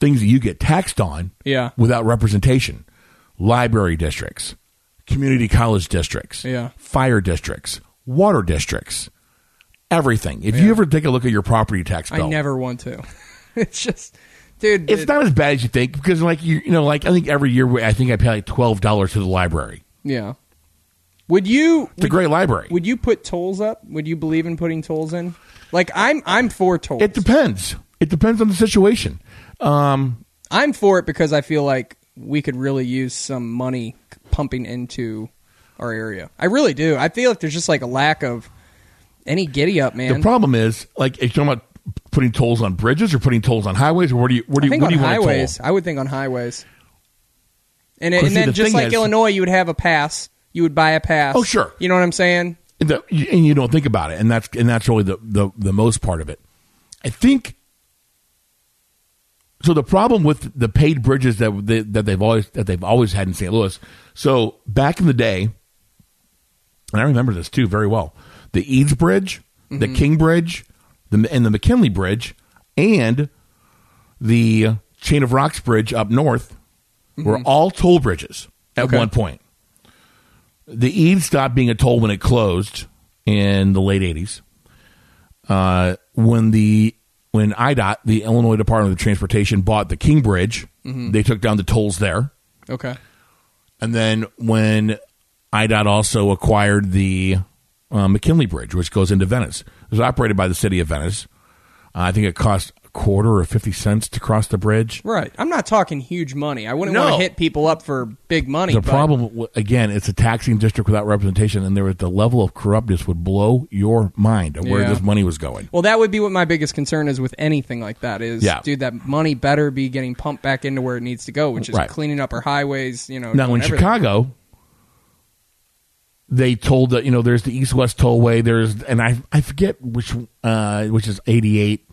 Speaker 1: things that you get taxed on
Speaker 4: Yeah.
Speaker 1: without representation. Library districts, community college districts,
Speaker 4: Yeah.
Speaker 1: fire districts, water districts, everything. If you ever take a look at your property tax bill,
Speaker 4: I never want to. it's just, dude.
Speaker 1: it's
Speaker 4: it-
Speaker 1: not as bad as you think because like you you know like I think every year we- I think I pay like twelve dollars to the library.
Speaker 4: yeah. Would you?
Speaker 1: It's a
Speaker 4: Would,
Speaker 1: great library.
Speaker 4: would you put tolls up? Would you believe in putting tolls in? Like I'm, I'm for tolls.
Speaker 1: It depends. It depends on the situation. Um,
Speaker 4: I'm for it because I feel like we could really use some money pumping into our area. I really do. I feel like there's just like a lack of any giddy up, man.
Speaker 1: The problem is, like, are you talking about putting tolls on bridges or putting tolls on highways, or where do you where do
Speaker 4: I
Speaker 1: you,
Speaker 4: think
Speaker 1: what
Speaker 4: on
Speaker 1: do you want
Speaker 4: highways.
Speaker 1: to toll?
Speaker 4: I would think on highways. And, it,
Speaker 1: Well,
Speaker 4: and
Speaker 1: see,
Speaker 4: then
Speaker 1: the
Speaker 4: just
Speaker 1: thing
Speaker 4: like
Speaker 1: is-
Speaker 4: Illinois, you would have a pass. You would buy a pass.
Speaker 1: Oh, sure.
Speaker 4: You know what I'm saying?
Speaker 1: And, the, you- and you don't think about it, and that's and that's really the, the the most part of it. I think. So the problem with the paid bridges that they, that they've always that they've always had in St. Louis. So back in the day, and I remember this too very well. The Eads Bridge, the King Bridge, the and the McKinley Bridge, and the Chain of Rocks Bridge up north were all toll bridges at
Speaker 4: Okay.
Speaker 1: one point. The Eads stopped being a toll when it closed in the late '80s. Uh, when the when IDOT, the Illinois Department of Transportation, bought the King Bridge, they took down the tolls there.
Speaker 4: Okay.
Speaker 1: And then when IDOT also acquired the uh, McKinley Bridge, which goes into Venice, it was operated by the city of Venice. Uh, I think it cost quarter or 50 cents to cross the bridge.
Speaker 4: Right. I'm not talking huge money. I wouldn't
Speaker 1: No.
Speaker 4: want to hit people up for big money.
Speaker 1: The
Speaker 4: but-
Speaker 1: problem, w- again, it's a taxing district without representation, and there was the level of corruptness would blow your mind of where
Speaker 4: Yeah.
Speaker 1: this money was going.
Speaker 4: Well, that would be what my biggest concern is with anything like that. Is
Speaker 1: Yeah.
Speaker 4: dude, that money better be getting pumped back into where it needs to go, which is
Speaker 1: Right.
Speaker 4: cleaning up our highways. You know.
Speaker 1: Now in
Speaker 4: doing everything.
Speaker 1: Chicago, they told that you know there's the East West Tollway. There's and I I forget which uh, which is 88,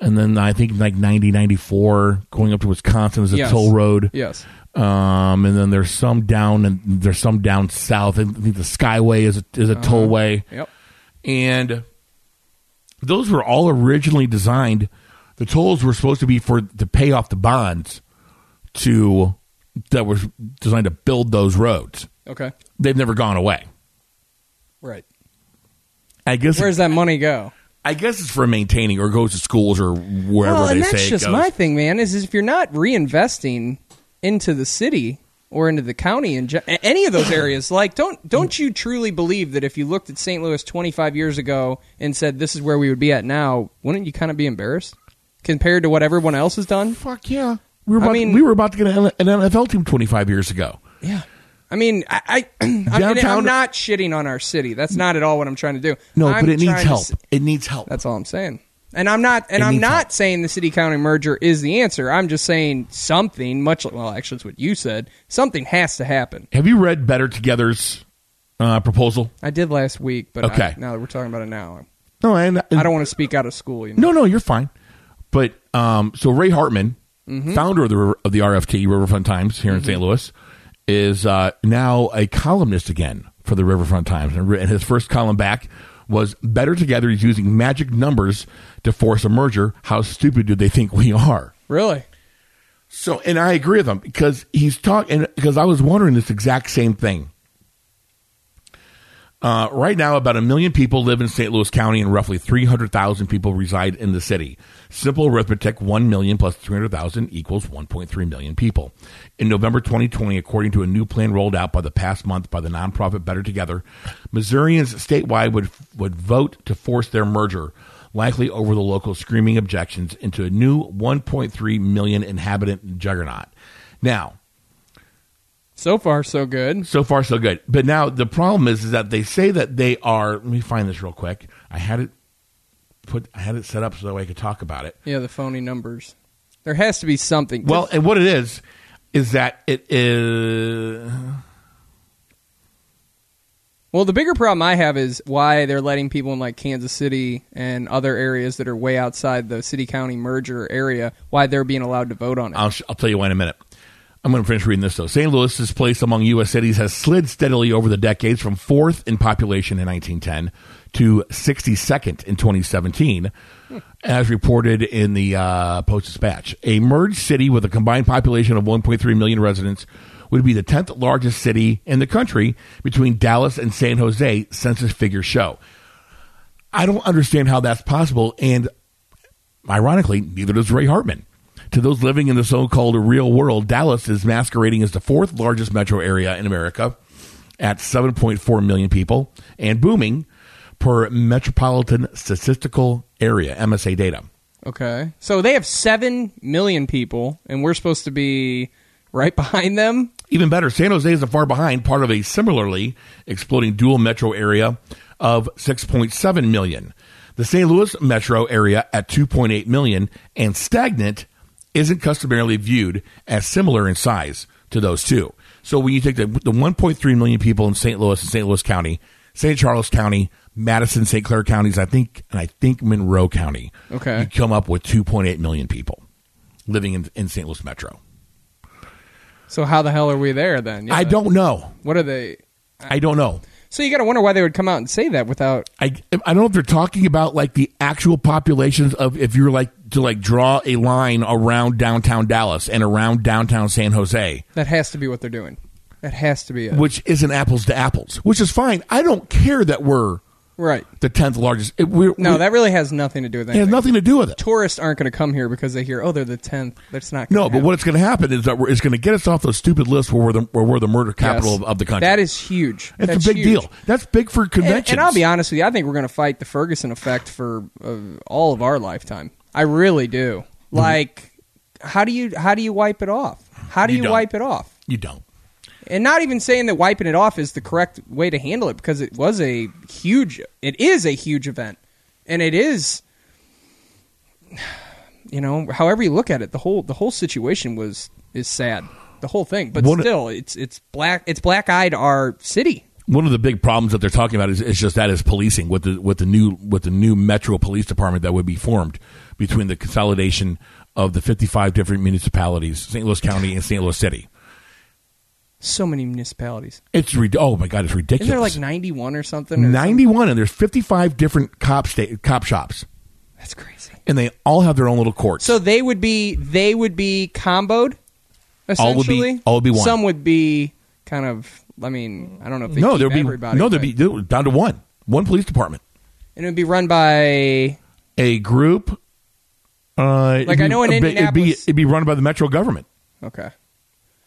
Speaker 1: and then I think like 90, 94 going up to Wisconsin is a
Speaker 4: Yes.
Speaker 1: toll road.
Speaker 4: Yes.
Speaker 1: Um, and then there's some down and there's some down south. I think the Skyway is a, is a tollway
Speaker 4: Yep.
Speaker 1: and those were all originally designed. The tolls were supposed to be for to pay off the bonds to that were designed to build those roads.
Speaker 4: Okay.
Speaker 1: They've never gone away.
Speaker 4: Right.
Speaker 1: I guess
Speaker 4: Where does that money go?
Speaker 1: I guess it's for maintaining or goes to schools or wherever
Speaker 4: well,
Speaker 1: they
Speaker 4: and
Speaker 1: say
Speaker 4: that's
Speaker 1: it
Speaker 4: just
Speaker 1: goes.
Speaker 4: my thing, man. Is, is if you're not reinvesting into the city or into the county and any of those areas, like don't don't you truly believe that if you looked at St. Louis 25 years ago and said this is where we would be at now, wouldn't you kind of be embarrassed compared to what everyone else has done?
Speaker 1: Fuck yeah. We were
Speaker 4: I
Speaker 1: about
Speaker 4: mean-
Speaker 1: we were about to get an an NFL team 25 years ago.
Speaker 4: Yeah. I mean, I, I, I mean, I'm
Speaker 1: Downtown-
Speaker 4: not shitting on our city. That's not at all what I'm trying to do.
Speaker 1: No,
Speaker 4: I'm
Speaker 1: but it needs
Speaker 4: trying to
Speaker 1: help.
Speaker 4: s-
Speaker 1: it needs help.
Speaker 4: That's all I'm saying. And I'm not and
Speaker 1: It
Speaker 4: I'm
Speaker 1: needs
Speaker 4: not
Speaker 1: help.
Speaker 4: saying the city county merger is the answer. I'm just saying something much like well actually it's what you said. Something has to happen.
Speaker 1: Have you read Better Together's uh, proposal?
Speaker 4: I did last week, but I-
Speaker 1: Okay.
Speaker 4: now that we're talking about it now,
Speaker 1: No, and
Speaker 4: I don't want to speak out of school, you know.
Speaker 1: No, no, you're fine. But um, so Ray Hartman, founder of the of the RFT E Riverfront Times here in St. Louis, is uh, now a columnist again for the Riverfront Times, and, re- and his first column back was "Better Together" is using magic numbers to force a merger. How stupid do they think we are?
Speaker 4: Really?
Speaker 1: So, and I agree with him because he's talking because I was wondering this exact same thing. Uh, right now, about a million people live in St. Louis County, and roughly three hundred thousand people reside in the city. Simple arithmetic: one million plus three hundred thousand equals one point three million people. In November 2020, according to a new plan rolled out by the past month by the nonprofit Better Together, Missourians statewide would would vote to force their merger likely over the local screaming objections into a new 1.3 million inhabitant juggernaut. Now,
Speaker 4: So far so good.
Speaker 1: so far so good. But now the problem is, is that they say that they are. Let me find this real quick. I had it put. I had it set up so that way I could talk about it.
Speaker 4: Yeah, the phony numbers. There has to be something.
Speaker 1: Well, and what it is is that it is.
Speaker 4: Well, the bigger problem I have is why they're letting people in like Kansas City and other areas that are way outside the city county merger area, why they're being allowed to vote on it.
Speaker 1: I'll, sh- I'll tell you why in a minute. I'm going to finish reading this though. St. Louis's place among U.S. cities has slid steadily over the decades from fourth in population in 1910 to 62nd in 2017, as reported in the uh, Post Dispatch. A merged city with a combined population of 1.3 million residents would be the 10th largest city in the country between Dallas and San Jose, census figures show. I don't understand how that's possible, and Ironically, neither does Ray Hartman. To those living in the so called real world, Dallas is masquerading as the fourth largest metro area in America at 7.4 million people and booming per Metropolitan Statistical Area, MSA data.
Speaker 4: Okay. So they have 7 million people, and we're supposed to be right behind them?
Speaker 1: Even better, San Jose is far behind, part of a similarly exploding dual metro area of 6.7 million. The St. Louis metro area at 2.8 million and stagnant isn't customarily viewed as similar in size to those two. So when you take the, the 1.3 million people in St. Louis and St. Louis County, St. Charles County, Madison, St. Clair counties, I think, and I think Monroe County,
Speaker 4: Okay.
Speaker 1: you come up with 2.8 million people living in, in St. Louis metro.
Speaker 4: So how the hell are we there then? Yeah.
Speaker 1: I don't know.
Speaker 4: What are they?
Speaker 1: I don't know.
Speaker 4: So you got to wonder why they would come out and say that without.
Speaker 1: I, I don't know if they're talking about like the actual populations of if you're like to like draw a line around downtown Dallas and around downtown San Jose,
Speaker 4: That has to be what they're doing. That has to be it.
Speaker 1: which isn't apples to apples, which is fine. I don't care that we're
Speaker 4: right.
Speaker 1: the tenth largest. It, we're,
Speaker 4: No,
Speaker 1: we-
Speaker 4: that really has nothing to do
Speaker 1: it
Speaker 4: with anything.
Speaker 1: has nothing to do with it.
Speaker 4: Tourists aren't going to come here because they hear, oh, they're the 10th. That's not gonna
Speaker 1: No, but
Speaker 4: happen.
Speaker 1: what's going to happen is that we're, it's going to get us off those stupid lists where we're the, where we're the murder
Speaker 4: Yes.
Speaker 1: capital of, of the country.
Speaker 4: That is huge.
Speaker 1: it's
Speaker 4: That's
Speaker 1: a big
Speaker 4: huge.
Speaker 1: deal. That's big for
Speaker 4: And,
Speaker 1: conventions.
Speaker 4: and I'll be honest with you, I think we're going to fight the Ferguson effect for uh, all of our lifetime. I really do.
Speaker 1: Mm-hmm.
Speaker 4: Like, how do you how do you wipe it off? How do
Speaker 1: You
Speaker 4: you,
Speaker 1: don't.
Speaker 4: wipe it off?
Speaker 1: You don't.
Speaker 4: And not even saying that wiping it off is the correct way to handle it because it was a huge it is a huge event. And it is you know, however you look at it, the whole the whole situation was is sad. The whole thing. But
Speaker 1: What-
Speaker 4: still it's it's black it's black eyed our city.
Speaker 1: One of the big problems that they're talking about is, is just that is policing with the with the new with the new metro police department that would be formed between the consolidation of the 55 different municipalities, St. Louis County and St. Louis City.
Speaker 4: So many municipalities.
Speaker 1: It's rid- oh my god, it's ridiculous.
Speaker 4: Isn't there like ninety one or something? Or something?
Speaker 1: 91 and there's 55 different cop sta- cop shops
Speaker 4: That's crazy.
Speaker 1: and they all have their own little courts.
Speaker 4: So they would be they would be comboed.
Speaker 1: All would be-
Speaker 4: Essentially,
Speaker 1: all would be one.
Speaker 4: Some would be kind of. I mean, I don't know if they
Speaker 1: no,
Speaker 4: keep
Speaker 1: there'd be
Speaker 4: everybody.
Speaker 1: no,
Speaker 4: but-
Speaker 1: there'd be there were down to one. One police department.
Speaker 4: and it would be run by.
Speaker 1: A group uh, it'd
Speaker 4: Like, I
Speaker 1: be-
Speaker 4: know in
Speaker 1: it'd be- it'd be,
Speaker 4: Indianapolis-
Speaker 1: it'd be run by the metro government.
Speaker 4: Okay,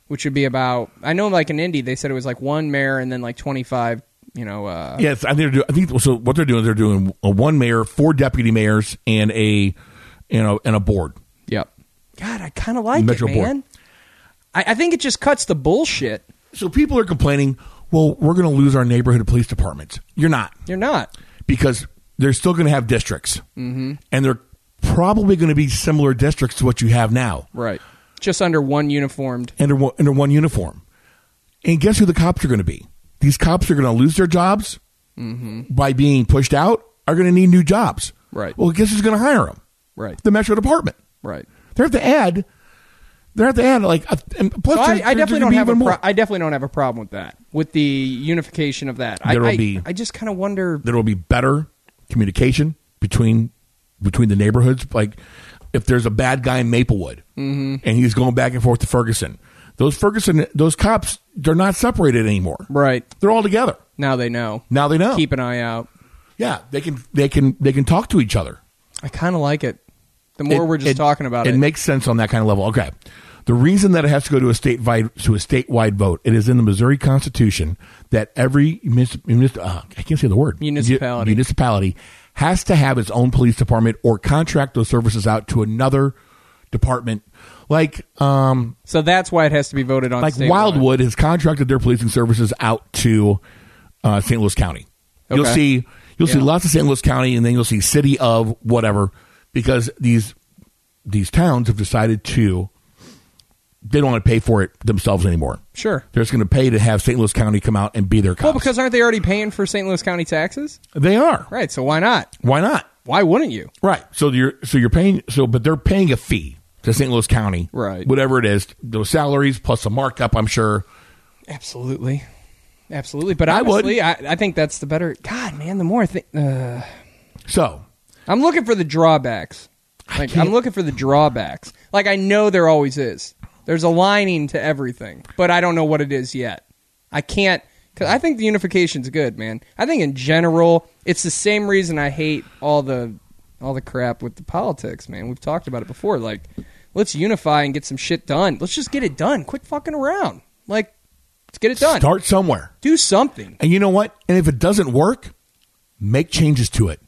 Speaker 4: which would be about. I know, like in Indy, they said it was like one mayor and then like twenty five. You know, uh,
Speaker 1: Yes, I think they're do- I think so. What they're doing, they're doing a one mayor, four deputy mayors, and a you know and a board.
Speaker 4: yep. God, I kind of like
Speaker 1: Metro
Speaker 4: it,
Speaker 1: Board.
Speaker 4: man. I, I think it just cuts the bullshit.
Speaker 1: So people are complaining. Well, we're going to lose our neighborhood police departments. You're not
Speaker 4: You're not.
Speaker 1: because they're still going to have districts, mm-hmm. and they're probably going to be similar districts to what you have now,
Speaker 4: Right. Just under one uniformed.
Speaker 1: under one, under one uniform. And guess who the cops are going to be? These cops are going to lose their jobs by being pushed out. Are going to need new jobs.
Speaker 4: Right.
Speaker 1: Well, guess who's going to hire them?
Speaker 4: Right.
Speaker 1: The metro department.
Speaker 4: Right.
Speaker 1: They have to add. They have to add like. A, and plus,
Speaker 4: So
Speaker 1: there-
Speaker 4: I, I
Speaker 1: there-
Speaker 4: definitely
Speaker 1: there could
Speaker 4: don't
Speaker 1: be
Speaker 4: have a
Speaker 1: even
Speaker 4: pro-
Speaker 1: more.
Speaker 4: I definitely don't have a problem with that. With the unification of that,
Speaker 1: There
Speaker 4: I,
Speaker 1: will
Speaker 4: I,
Speaker 1: be-
Speaker 4: I just kind of wonder.
Speaker 1: there will be better communication between between the neighborhoods. Like if there's a bad guy in Maplewood
Speaker 4: Mm-hmm.
Speaker 1: and he's going back and forth to Ferguson, those Ferguson those cops they're not separated anymore.
Speaker 4: Right
Speaker 1: They're all together
Speaker 4: now they know.
Speaker 1: now. They know.
Speaker 4: Keep an eye out.
Speaker 1: yeah, they can they can they can talk to each other.
Speaker 4: I kind of like it. The more we're just talking about it,
Speaker 1: it makes sense on that kind of level. Okay, the reason that it has to go to a state vi- to a statewide vote, it is in the Missouri Constitution that every munis- munis- uh, I can't say the word
Speaker 4: Municipality.
Speaker 1: Mu- municipality has to have its own police department or contract those services out to another department. Like um,
Speaker 4: so that's why it has to be voted on.
Speaker 1: like
Speaker 4: statewide.
Speaker 1: Wildwood has contracted their policing services out to uh, St. Louis County. You'll
Speaker 4: Okay.
Speaker 1: see you'll see
Speaker 4: Yeah.
Speaker 1: lots of St. Louis County, and then you'll see city of whatever because these these towns have decided to they don't want to pay for it themselves anymore.
Speaker 4: Sure.
Speaker 1: They're just going to pay to have St. Louis County come out and be their cops.
Speaker 4: Well, because aren't they already paying for St. Louis County taxes?
Speaker 1: they are
Speaker 4: Right. So why not?
Speaker 1: Why not?
Speaker 4: Why wouldn't you?
Speaker 1: Right. So you're so you're paying so but they're paying a fee to St. Louis County.
Speaker 4: Right.
Speaker 1: Whatever it is, those salaries plus a markup, I'm sure.
Speaker 4: Absolutely. Absolutely. But
Speaker 1: I would.
Speaker 4: honestly, I, I think that's the better. God, man. The more I think, uh,
Speaker 1: So
Speaker 4: I'm looking for the drawbacks. Like I'm looking for the drawbacks. Like I know there always is. There's a lining to everything, but I don't know what it is yet. I can't cuz I think the unification's good, man. I think in general, it's the same reason I hate all the all the crap with the politics, man. We've talked about it before. Like let's unify and get some shit done. Let's just get it done. Quit fucking around. Like let's get it done.
Speaker 1: start somewhere.
Speaker 4: Do something.
Speaker 1: And you know what? And if it doesn't work, make changes to it.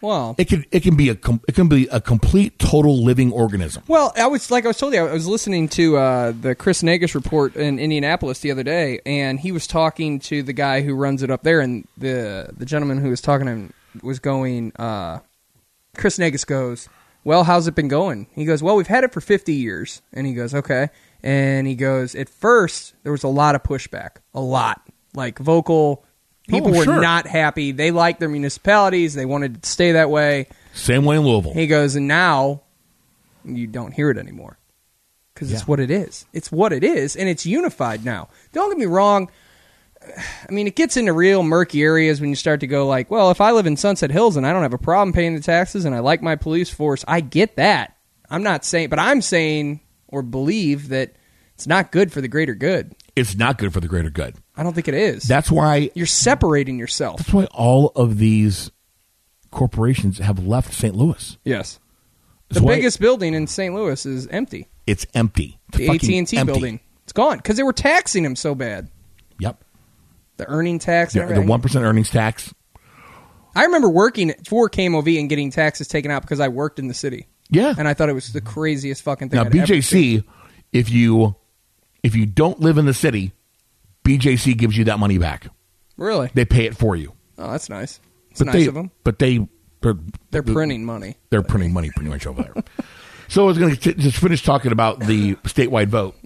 Speaker 4: Well,
Speaker 1: It can it can be a com- it can be a complete total living organism.
Speaker 4: Well, I was like I was told you, I was listening to uh, the Chris Nagus report in Indianapolis the other day, and he was talking to the guy who runs it up there, and the the gentleman who was talking to him was going. Uh, Chris Nagus goes, "Well, how's it been going?" He goes, "Well, we've had it for 50 years." And he goes, "Okay." And he goes, "At first, there was a lot of pushback, a lot, like vocal." People
Speaker 1: Oh,
Speaker 4: were
Speaker 1: sure.
Speaker 4: not happy. They liked their municipalities. They wanted to stay that way.
Speaker 1: Same way in Louisville.
Speaker 4: He goes, and now you don't hear it anymore because
Speaker 1: Yeah.
Speaker 4: it's what it is. It's what it is, and it's unified now. Don't get me wrong. I mean, it gets into real murky areas when you start to go like, well, if I live in Sunset Hills and I don't have a problem paying the taxes and I like my police force, I get that. I'm not saying, but I'm saying or believe that it's not good for the greater good.
Speaker 1: It's not good for the greater good.
Speaker 4: I don't think it is.
Speaker 1: That's why
Speaker 4: You're separating yourself.
Speaker 1: that's why all of these corporations have left St. Louis.
Speaker 4: Yes.
Speaker 1: That's
Speaker 4: The
Speaker 1: why
Speaker 4: biggest building in St. Louis is empty.
Speaker 1: it's empty. It's
Speaker 4: the AT
Speaker 1: fucking
Speaker 4: and T
Speaker 1: empty.
Speaker 4: building. It's gone because they were taxing him so bad.
Speaker 1: Yep.
Speaker 4: The earning tax.
Speaker 1: The-
Speaker 4: And
Speaker 1: The
Speaker 4: everything.
Speaker 1: one percent earnings tax.
Speaker 4: I remember working for KMOV and getting taxes taken out because I worked in the city.
Speaker 1: Yeah.
Speaker 4: and I thought it was the craziest fucking thing.
Speaker 1: Now
Speaker 4: I'd ever seen.
Speaker 1: BJC, if you if you don't live in the city, BJC gives you that money back.
Speaker 4: really?
Speaker 1: They pay it for you.
Speaker 4: Oh, that's nice. It's
Speaker 1: But
Speaker 4: nice
Speaker 1: they
Speaker 4: of them.
Speaker 1: but they they're,
Speaker 4: They're printing money.
Speaker 1: they're printing money pretty much over there. so I was going to just finish talking about the statewide vote.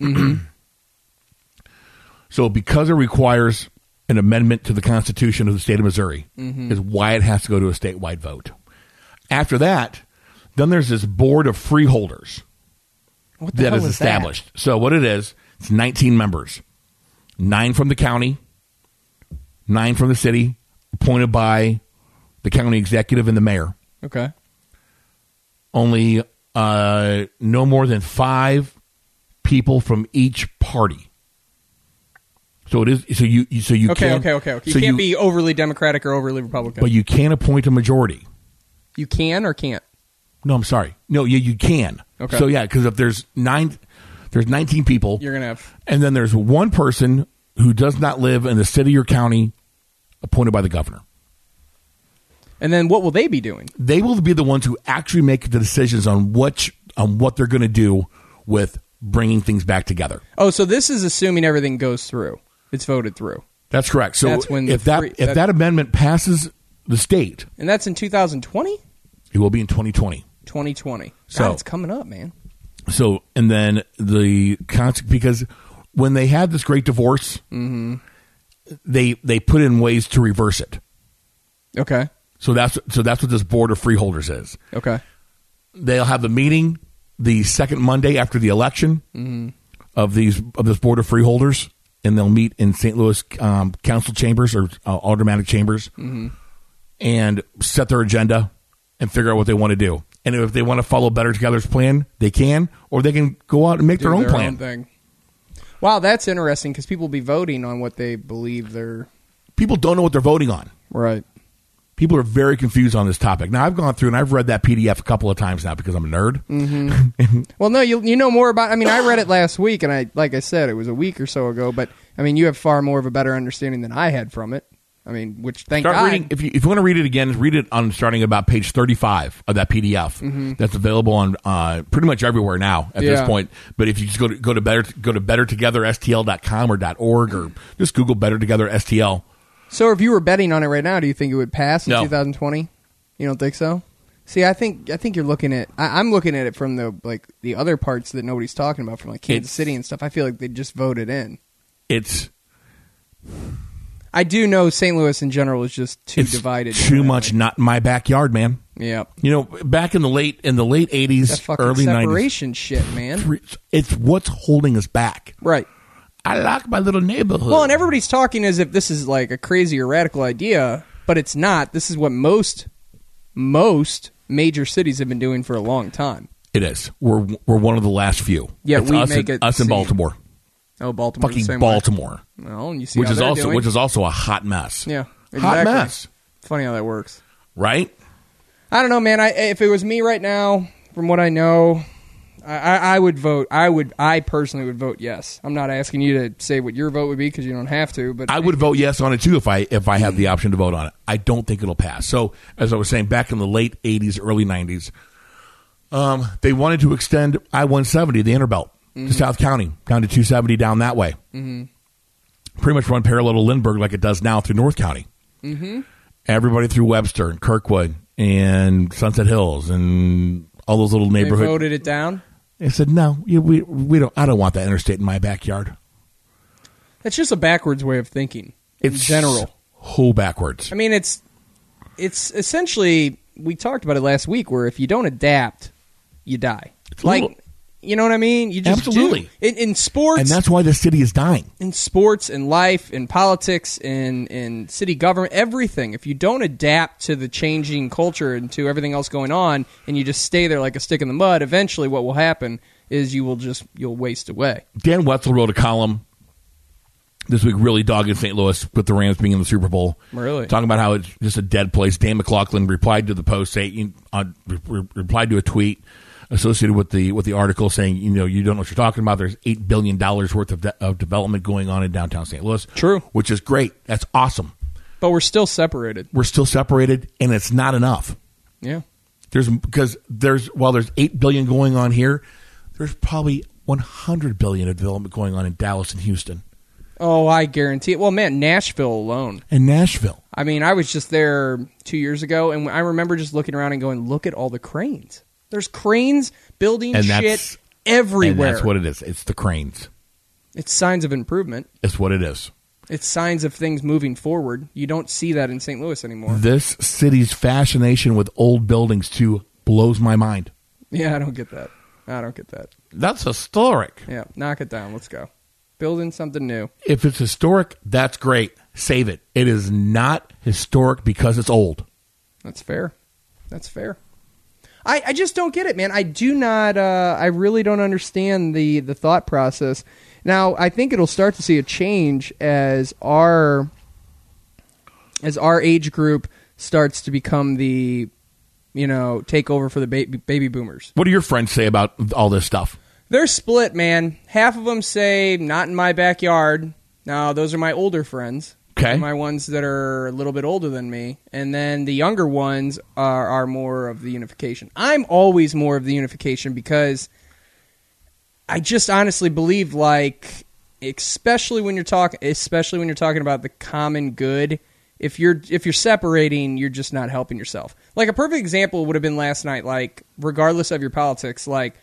Speaker 1: so because it requires an amendment to the Constitution of the state of Missouri,
Speaker 4: Mm-hmm.
Speaker 1: is why it has to go to a statewide vote. After that, then there's this board of freeholders
Speaker 4: What the
Speaker 1: that
Speaker 4: hell
Speaker 1: is
Speaker 4: is
Speaker 1: established. So what it is, it's 19 members, nine from the county, nine from the city, appointed by the county executive and the mayor
Speaker 4: That? Okay.
Speaker 1: only uh, no more than five people from each party. So it is. So you. you- So you.
Speaker 4: Okay,
Speaker 1: can,
Speaker 4: okay, okay, okay. You
Speaker 1: so
Speaker 4: can't be overly Democratic or overly Republican.
Speaker 1: But you can appoint a majority.
Speaker 4: you can or can't.
Speaker 1: No, I'm sorry. No, you you can.
Speaker 4: Okay.
Speaker 1: So yeah, because if there's nine, there's 19 people,
Speaker 4: You're gonna have
Speaker 1: and then there's one person who does not live in the city or county, appointed by the governor.
Speaker 4: And then what will they be doing?
Speaker 1: They will be the ones who actually make the decisions on what on what they're going to do with bringing things back together.
Speaker 4: Oh, so this is assuming everything goes through. It's voted through.
Speaker 1: That's correct. So
Speaker 4: That's when the
Speaker 1: if that
Speaker 4: free-
Speaker 1: if
Speaker 4: that-
Speaker 1: that, amendment passes the state,
Speaker 4: And that's in 2020?
Speaker 1: it will be in 2020.
Speaker 4: 2020.
Speaker 1: So-
Speaker 4: God, it's coming up, man.
Speaker 1: So and then the cons- because when they had this great divorce,
Speaker 4: Mm-hmm.
Speaker 1: they they put in ways to reverse it.
Speaker 4: Okay.
Speaker 1: So that's so that's what this board of freeholders is.
Speaker 4: Okay.
Speaker 1: They'll have the meeting the second Monday after the election of these of this board of freeholders, and they'll meet in St. Louis um, council chambers or uh, aldermanic chambers. and set their agenda and figure out what they want to do. And if they want to follow Better Together's plan, they can, or they can go out and make their
Speaker 4: Do
Speaker 1: own plan.
Speaker 4: thing. Wow, that's interesting because people will be voting on what they believe they're
Speaker 1: People don't know what they're voting on.
Speaker 4: right.
Speaker 1: People are very confused on this topic. Now, I've gone through and I've read that PDF a couple of times now because I'm a nerd.
Speaker 4: Well, no, you you know more about. I mean, I read it last week, and I like I said, it was a week or so ago. But I mean, you have far more of a better understanding than I had from it. I mean, which thank
Speaker 1: Start
Speaker 4: God.
Speaker 1: reading if you if you want to read it again, read it on starting about page 35 of that PDF. That's available on uh, pretty much everywhere now at this
Speaker 4: Mm-hmm. Yeah.
Speaker 1: point. But if you just go to go to better go to bettertogetherstl.com or .org or just Google Better Together STL.
Speaker 4: So, if you were betting on it right now, do you think it would pass in
Speaker 1: No.
Speaker 4: 2020? You don't think so? See, I think I think you're looking at. I, I'm looking at it from the like the other parts that nobody's talking about, from like Kansas
Speaker 1: It's-
Speaker 4: City and stuff. I feel like they just voted in.
Speaker 1: It's
Speaker 4: I do know St. Louis in general is just too
Speaker 1: it's
Speaker 4: divided.
Speaker 1: Too much not my backyard, man.
Speaker 4: Yeah,
Speaker 1: You know, back in the late in the late
Speaker 4: that
Speaker 1: eighties,
Speaker 4: fucking
Speaker 1: early nineties,
Speaker 4: separation shit, man.
Speaker 1: it's what's holding us back.
Speaker 4: Right.
Speaker 1: I like my little neighborhood.
Speaker 4: Well, and everybody's talking as if this is like a crazy or radical idea, but it's not. This is what most most major cities have been doing for a long time.
Speaker 1: it is. We're we're one of the last few.
Speaker 4: Yeah,
Speaker 1: It's
Speaker 4: we
Speaker 1: us
Speaker 4: make
Speaker 1: and,
Speaker 4: it
Speaker 1: us in
Speaker 4: seem-
Speaker 1: Baltimore,
Speaker 4: Oh, Baltimore, the
Speaker 1: fucking
Speaker 4: same
Speaker 1: Baltimore,
Speaker 4: Way. Well, and you see
Speaker 1: which
Speaker 4: how
Speaker 1: is
Speaker 4: they're
Speaker 1: also
Speaker 4: doing.
Speaker 1: which is also a hot mess.
Speaker 4: yeah,
Speaker 1: hot
Speaker 4: exactly.
Speaker 1: mess,
Speaker 4: Funny how that works.
Speaker 1: right?
Speaker 4: I don't know, man. I, if it was me right now, from what I know, I, I, I would vote. I would. I personally would vote yes. I'm not asking you to say what your vote would be because you don't have to. But
Speaker 1: I would vote yes on it too if I if I had the option to vote on it. I don't think it'll pass. So as I was saying, back in the late eighties, early nineties, um, they wanted to extend I one seventy, the inner belt,
Speaker 4: Mm-hmm.
Speaker 1: to South County, down to two seventy down that way. Mm-hmm. Pretty much run parallel to Lindbergh like it does now through North County. Mm-hmm. Everybody through Webster and Kirkwood and Sunset Hills and all those little
Speaker 4: they
Speaker 1: neighborhoods.
Speaker 4: voted it down.
Speaker 1: They said no, you- we we don't. I don't want that interstate in my backyard.
Speaker 4: That's just a backwards way of thinking. in
Speaker 1: It's
Speaker 4: general.
Speaker 1: whole backwards.
Speaker 4: I mean, it's it's essentially we talked about it last week, where if you don't adapt, you die.
Speaker 1: It's a
Speaker 4: Like,
Speaker 1: little-
Speaker 4: you know what I mean? You just do.
Speaker 1: Absolutely.
Speaker 4: in, in sports,
Speaker 1: and that's why the city is dying.
Speaker 4: in sports, in life, in politics, in in city government, everything. If you don't adapt to the changing culture and to everything else going on, and you just stay there like a stick in the mud, eventually, what will happen is you will just you'll waste away.
Speaker 1: Dan Wetzel wrote a column this week, really dogging St. Louis with the Rams being in the Super Bowl.
Speaker 4: Really?
Speaker 1: talking about how it's just a dead place. Dan McLaughlin replied to the post, saying, uh, re- re- replied to a tweet associated with the with the article, saying, you know, you don't know what you're talking about. There's eight billion dollars worth of, de- of development going on in downtown St. Louis.
Speaker 4: True.
Speaker 1: which is great. That's awesome.
Speaker 4: But we're still separated.
Speaker 1: We're still separated, and it's not enough.
Speaker 4: Yeah.
Speaker 1: There's because there's while there's eight billion going on here, there's probably 100 billion of development going on in Dallas and Houston
Speaker 4: Oh, I guarantee it. Well, man, Nashville alone.
Speaker 1: and Nashville.
Speaker 4: I mean, I was just there two years ago, and I remember just looking around and going, "Look at all the cranes. There's cranes building
Speaker 1: And that's-
Speaker 4: shit everywhere.
Speaker 1: And that's what it is. It's the cranes.
Speaker 4: it's signs of improvement.
Speaker 1: It's what it is.
Speaker 4: It's signs of things moving forward. You don't see that in St. Louis anymore.
Speaker 1: This city's fascination with old buildings too blows my mind.
Speaker 4: Yeah, I don't get that. I don't get that.
Speaker 1: That's historic.
Speaker 4: Yeah, knock it down. Let's go. Building something new.
Speaker 1: If it's historic, that's great. Save it. It is not historic because it's old.
Speaker 4: That's fair. That's fair. I, I just don't get it, man. I do not. Uh, I really don't understand the the thought process. Now I think it'll start to see a change as our as our age group starts to become the you know take over for the baby baby boomers.
Speaker 1: What do your friends say about all this stuff?
Speaker 4: They're split, man. Half of them say not in my backyard. Now those are my older friends.
Speaker 1: Okay.
Speaker 4: my ones that are a little bit older than me, and then the younger ones are are more of the unification. I'm always more of the unification because I just honestly believe like especially when you're talking especially when you're talking about the common good if you're if you're separating you're just not helping yourself like a perfect example would have been last night like regardless of your politics like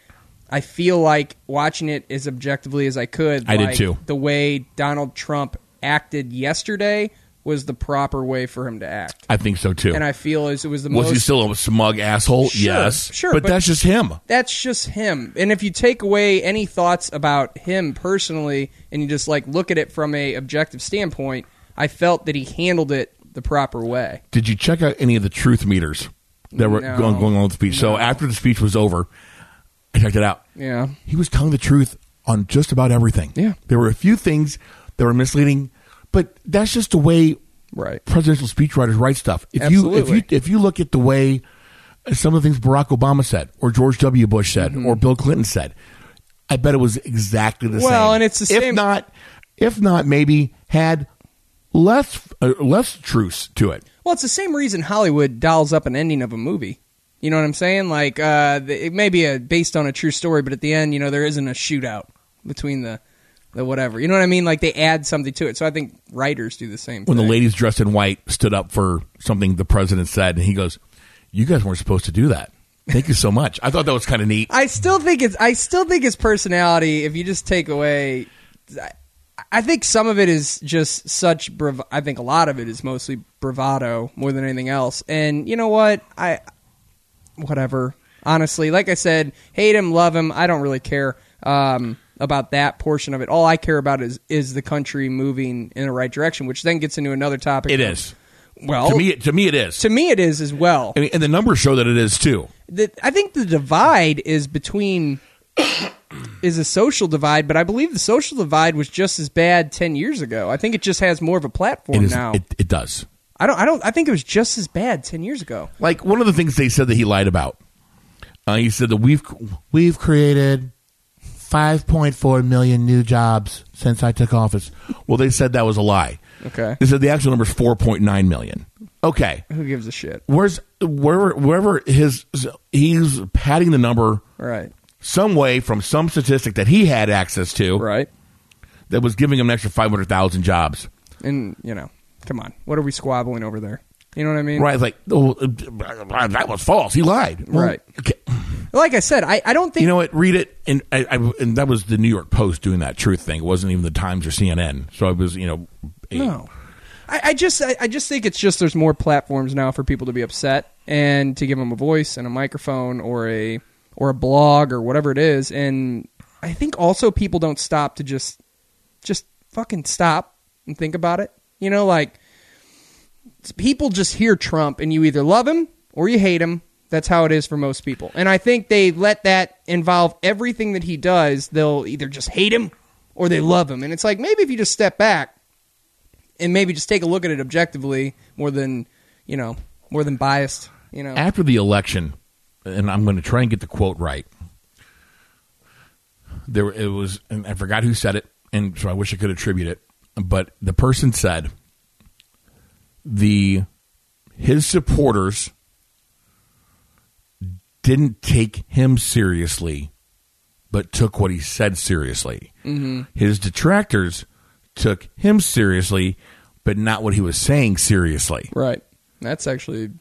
Speaker 4: i feel like watching it as objectively as i could
Speaker 1: I did
Speaker 4: like,
Speaker 1: too.
Speaker 4: the way donald trump acted yesterday was the proper way for him to act
Speaker 1: I think so too.
Speaker 4: and i feel as it was the
Speaker 1: Was
Speaker 4: most
Speaker 1: he still a smug asshole?
Speaker 4: Sure,
Speaker 1: yes.
Speaker 4: sure,
Speaker 1: But,
Speaker 4: but-
Speaker 1: that's just him.
Speaker 4: that's just him. And if you take away any thoughts about him personally and you just like look at it from a objective standpoint, I felt that he handled it the proper way.
Speaker 1: Did you check out any of the truth meters that were
Speaker 4: No.
Speaker 1: going, going on with the speech? So after the speech was over, I checked it out.
Speaker 4: Yeah.
Speaker 1: He was telling the truth on just about everything.
Speaker 4: Yeah.
Speaker 1: There were a few things that were misleading, but that's just the way
Speaker 4: Right.
Speaker 1: presidential speechwriters write stuff. If you if
Speaker 4: Absolutely.
Speaker 1: you if you look at the way some of the things Barack Obama said or George W. Bush said
Speaker 4: Mm-hmm.
Speaker 1: or Bill Clinton said, I bet it was exactly the same.
Speaker 4: Well, and it's the
Speaker 1: if
Speaker 4: same-
Speaker 1: not if not maybe had less uh, less truce to it.
Speaker 4: Well, it's the same reason Hollywood dials up an ending of a movie. You know what I'm saying? Like uh the, it may be a, based on a true story, but at the end, you know, there isn't a shootout between the the whatever. You know what I mean? Like they add something to it. So I think writers do the same
Speaker 1: When the
Speaker 4: thing.
Speaker 1: ladies dressed in white stood up for something the president said, and he goes, "You guys weren't supposed to do that." Thank you so much. I thought that was kind of neat.
Speaker 4: I still think it's. I still think his personality. If you just take away, I, I think some of it is just such. Brav- I think a lot of it is mostly bravado more than anything else. And you know what? I, whatever. Honestly, like I said, hate him, love him. I don't really care um, about that portion of it. All I care about is is the country moving in the right direction, which then gets into another topic.
Speaker 1: It is
Speaker 4: Well,
Speaker 1: to me. To me, it is.
Speaker 4: to me, it is as well
Speaker 1: and, and the numbers show that it is too.
Speaker 4: the, I think the divide is between is a social divide, but I believe the social divide was just as bad ten years ago. I think it just has more of a platform
Speaker 1: It is.
Speaker 4: now.
Speaker 1: It, it does.
Speaker 4: I don't. I don't. I think it was just as bad ten years ago.
Speaker 1: like one of the things they said that he lied about. Uh, he said that we've we've created 5.4 million new jobs since I took office. Well, they said that was a lie.
Speaker 4: Okay.
Speaker 1: They said the actual number is 4.9 million. Okay.
Speaker 4: Who gives a shit?
Speaker 1: Where's wherever wherever his he's padding the number
Speaker 4: Right.
Speaker 1: some way from some statistic that he had access to
Speaker 4: Right.
Speaker 1: that was giving him an extra 500,000 jobs.
Speaker 4: And you know, come on. What are we squabbling over there? You know what I mean?
Speaker 1: Right, like oh, that was false. He lied. Well,
Speaker 4: Right.
Speaker 1: Okay.
Speaker 4: Like I said, I, I don't think
Speaker 1: You know what? Read it, and I, I and that was the New York Post doing that truth thing. It wasn't even the Times or CNN. So I was, you know, a-
Speaker 4: No. I, I just I, I just think it's just there's more platforms now for people to be upset and to give them a voice and a microphone or a or a blog or whatever it is and I think also people don't stop to just just fucking stop and think about it. You know like people just hear Trump and you either love him or you hate him. That's how it is for most people. And I think they let that involve everything that he does. They'll either just hate him or they love him. And it's like maybe if you just step back and maybe just take a look at it objectively more than, you know, more than biased, you know.
Speaker 1: after the election, and I'm going to try and get the quote right. There, it was, and I forgot who said it, and so I wish I could attribute it. But the person said, "the his supporters didn't take him seriously, but took what he said seriously. His detractors took him seriously, but not what he was saying seriously.
Speaker 4: Right. That's actually,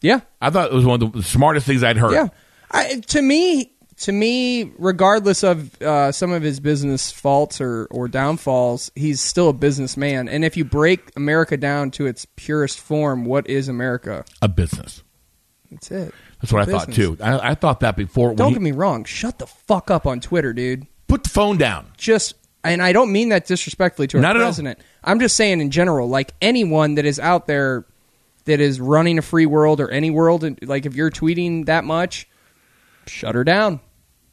Speaker 4: yeah,
Speaker 1: I thought it was one of the smartest things I'd heard.
Speaker 4: yeah. I, to me, to me, regardless of uh, some of his business faults or or downfalls, he's still a businessman. And if you break America down to its purest form, what is America?
Speaker 1: A business.
Speaker 4: That's it.
Speaker 1: That's what I thought
Speaker 4: Business.
Speaker 1: too. I, I thought that before. when
Speaker 4: Don't
Speaker 1: he-
Speaker 4: get me wrong. Shut the fuck up on Twitter, dude.
Speaker 1: put the phone down.
Speaker 4: just and I don't mean that disrespectfully to our
Speaker 1: Not at all.
Speaker 4: president. I'm just saying in general, like anyone that is out there that is running a free world or any world, and like if you're tweeting that much, shut her down.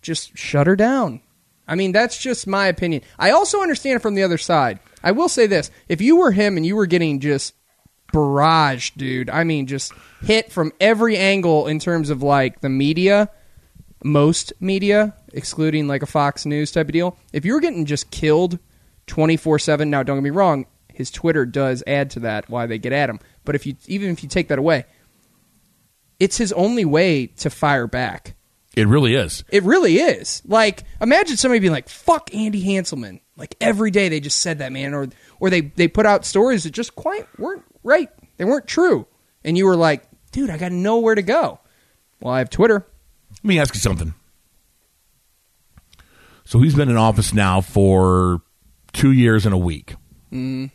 Speaker 4: Just shut her down. I mean, that's just my opinion. I also understand it from the other side. I will say this: if you were him and you were getting just barraged, dude, I mean, just hit from every angle in terms of like the media, most media, excluding like a Fox News type of deal, if you're getting just killed 24 7, now don't get me wrong, his Twitter does add to that why they get at him. But if you even if you take that away, it's his only way to fire back.
Speaker 1: It really is.
Speaker 4: It really is. Like, imagine somebody being like, "Fuck Andy Hanselman." Like every day they just said that man, or or they they put out stories that just quite weren't right. They weren't true, and you were like, "Dude, I got nowhere to go." Well, I have Twitter.
Speaker 1: Let me ask you something. So he's been in office now for two years and a week.
Speaker 4: Mm.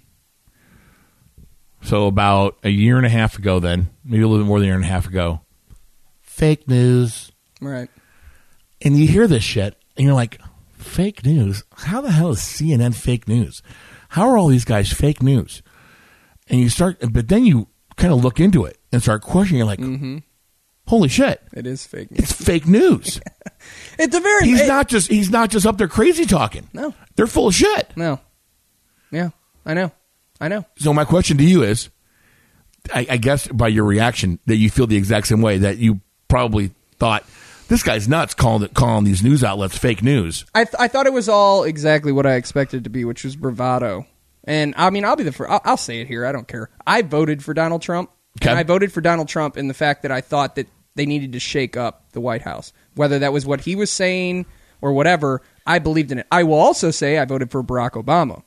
Speaker 1: So about a year and a half ago, then maybe a little bit more than a year and a half ago, fake news,
Speaker 4: Right.
Speaker 1: and you hear this shit, and you're like, fake news. How the hell is CNN fake news? How are all these guys fake news? And you start, but then you kind of look into it and start questioning. You're like, holy shit,
Speaker 4: It is fake.
Speaker 1: it's fake news.
Speaker 4: It's a very.
Speaker 1: he's
Speaker 4: it-
Speaker 1: not just he's not just up there crazy talking.
Speaker 4: No.
Speaker 1: They're full of shit.
Speaker 4: No. Yeah, I know. I know.
Speaker 1: So my question to you is I, I guess by your reaction that you feel the exact same way that you probably thought this guy's nuts calling it calling these news outlets fake news.
Speaker 4: I th- I thought it was all exactly what I expected it to be, which was bravado. And I mean, I'll be the first. I'll, I'll say it here. I don't care. I voted for Donald Trump.
Speaker 1: Okay.
Speaker 4: And I voted for Donald Trump in the fact that I thought that they needed to shake up the White House, whether that was what he was saying or whatever. I believed in it. I will also say I voted for Barack Obama.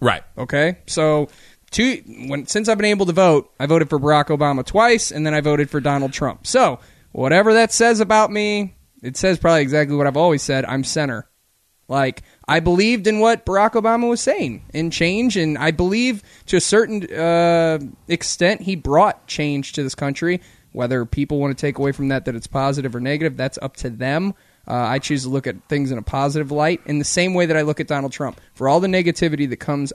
Speaker 1: Right.
Speaker 4: Okay, so two when since I've been able to vote, I voted for Barack Obama twice, and then I voted for Donald Trump. So whatever that says about me, it says probably exactly what I've always said. I'm center. Like I believed in what Barack Obama was saying in change, and I believe to a certain uh, extent he brought change to this country. Whether people want to take away from that that it's positive or negative, that's up to them. Uh, I choose to look at things in a positive light, in the same way that I look at Donald Trump. For all the negativity that comes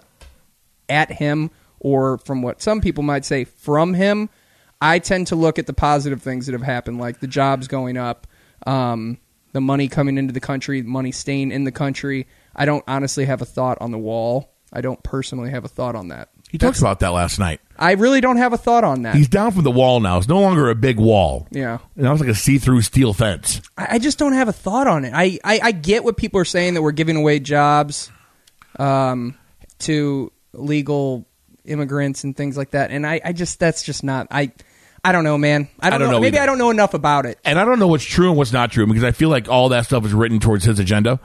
Speaker 4: at him or from what some people might say from him i tend to look at the positive things that have happened like the jobs going up um, the money coming into the country money staying in the country i don't honestly have a thought on the wall i don't personally have a thought on that
Speaker 1: He talks about that last night.
Speaker 4: i really don't have a thought on that
Speaker 1: He's down from the wall now. It's no longer a big wall.
Speaker 4: Yeah.
Speaker 1: Now it's like a see through steel fence.
Speaker 4: I, I just don't have a thought on it I, I, I get what people are saying that we're giving away jobs um, to legal immigrants and things like that. And I, I just that's just not I I don't know, man. I don't, know. Maybe
Speaker 1: either.
Speaker 4: I don't know enough about it.
Speaker 1: and I don't know what's true and what's not true because I feel like all that stuff is written towards his agenda.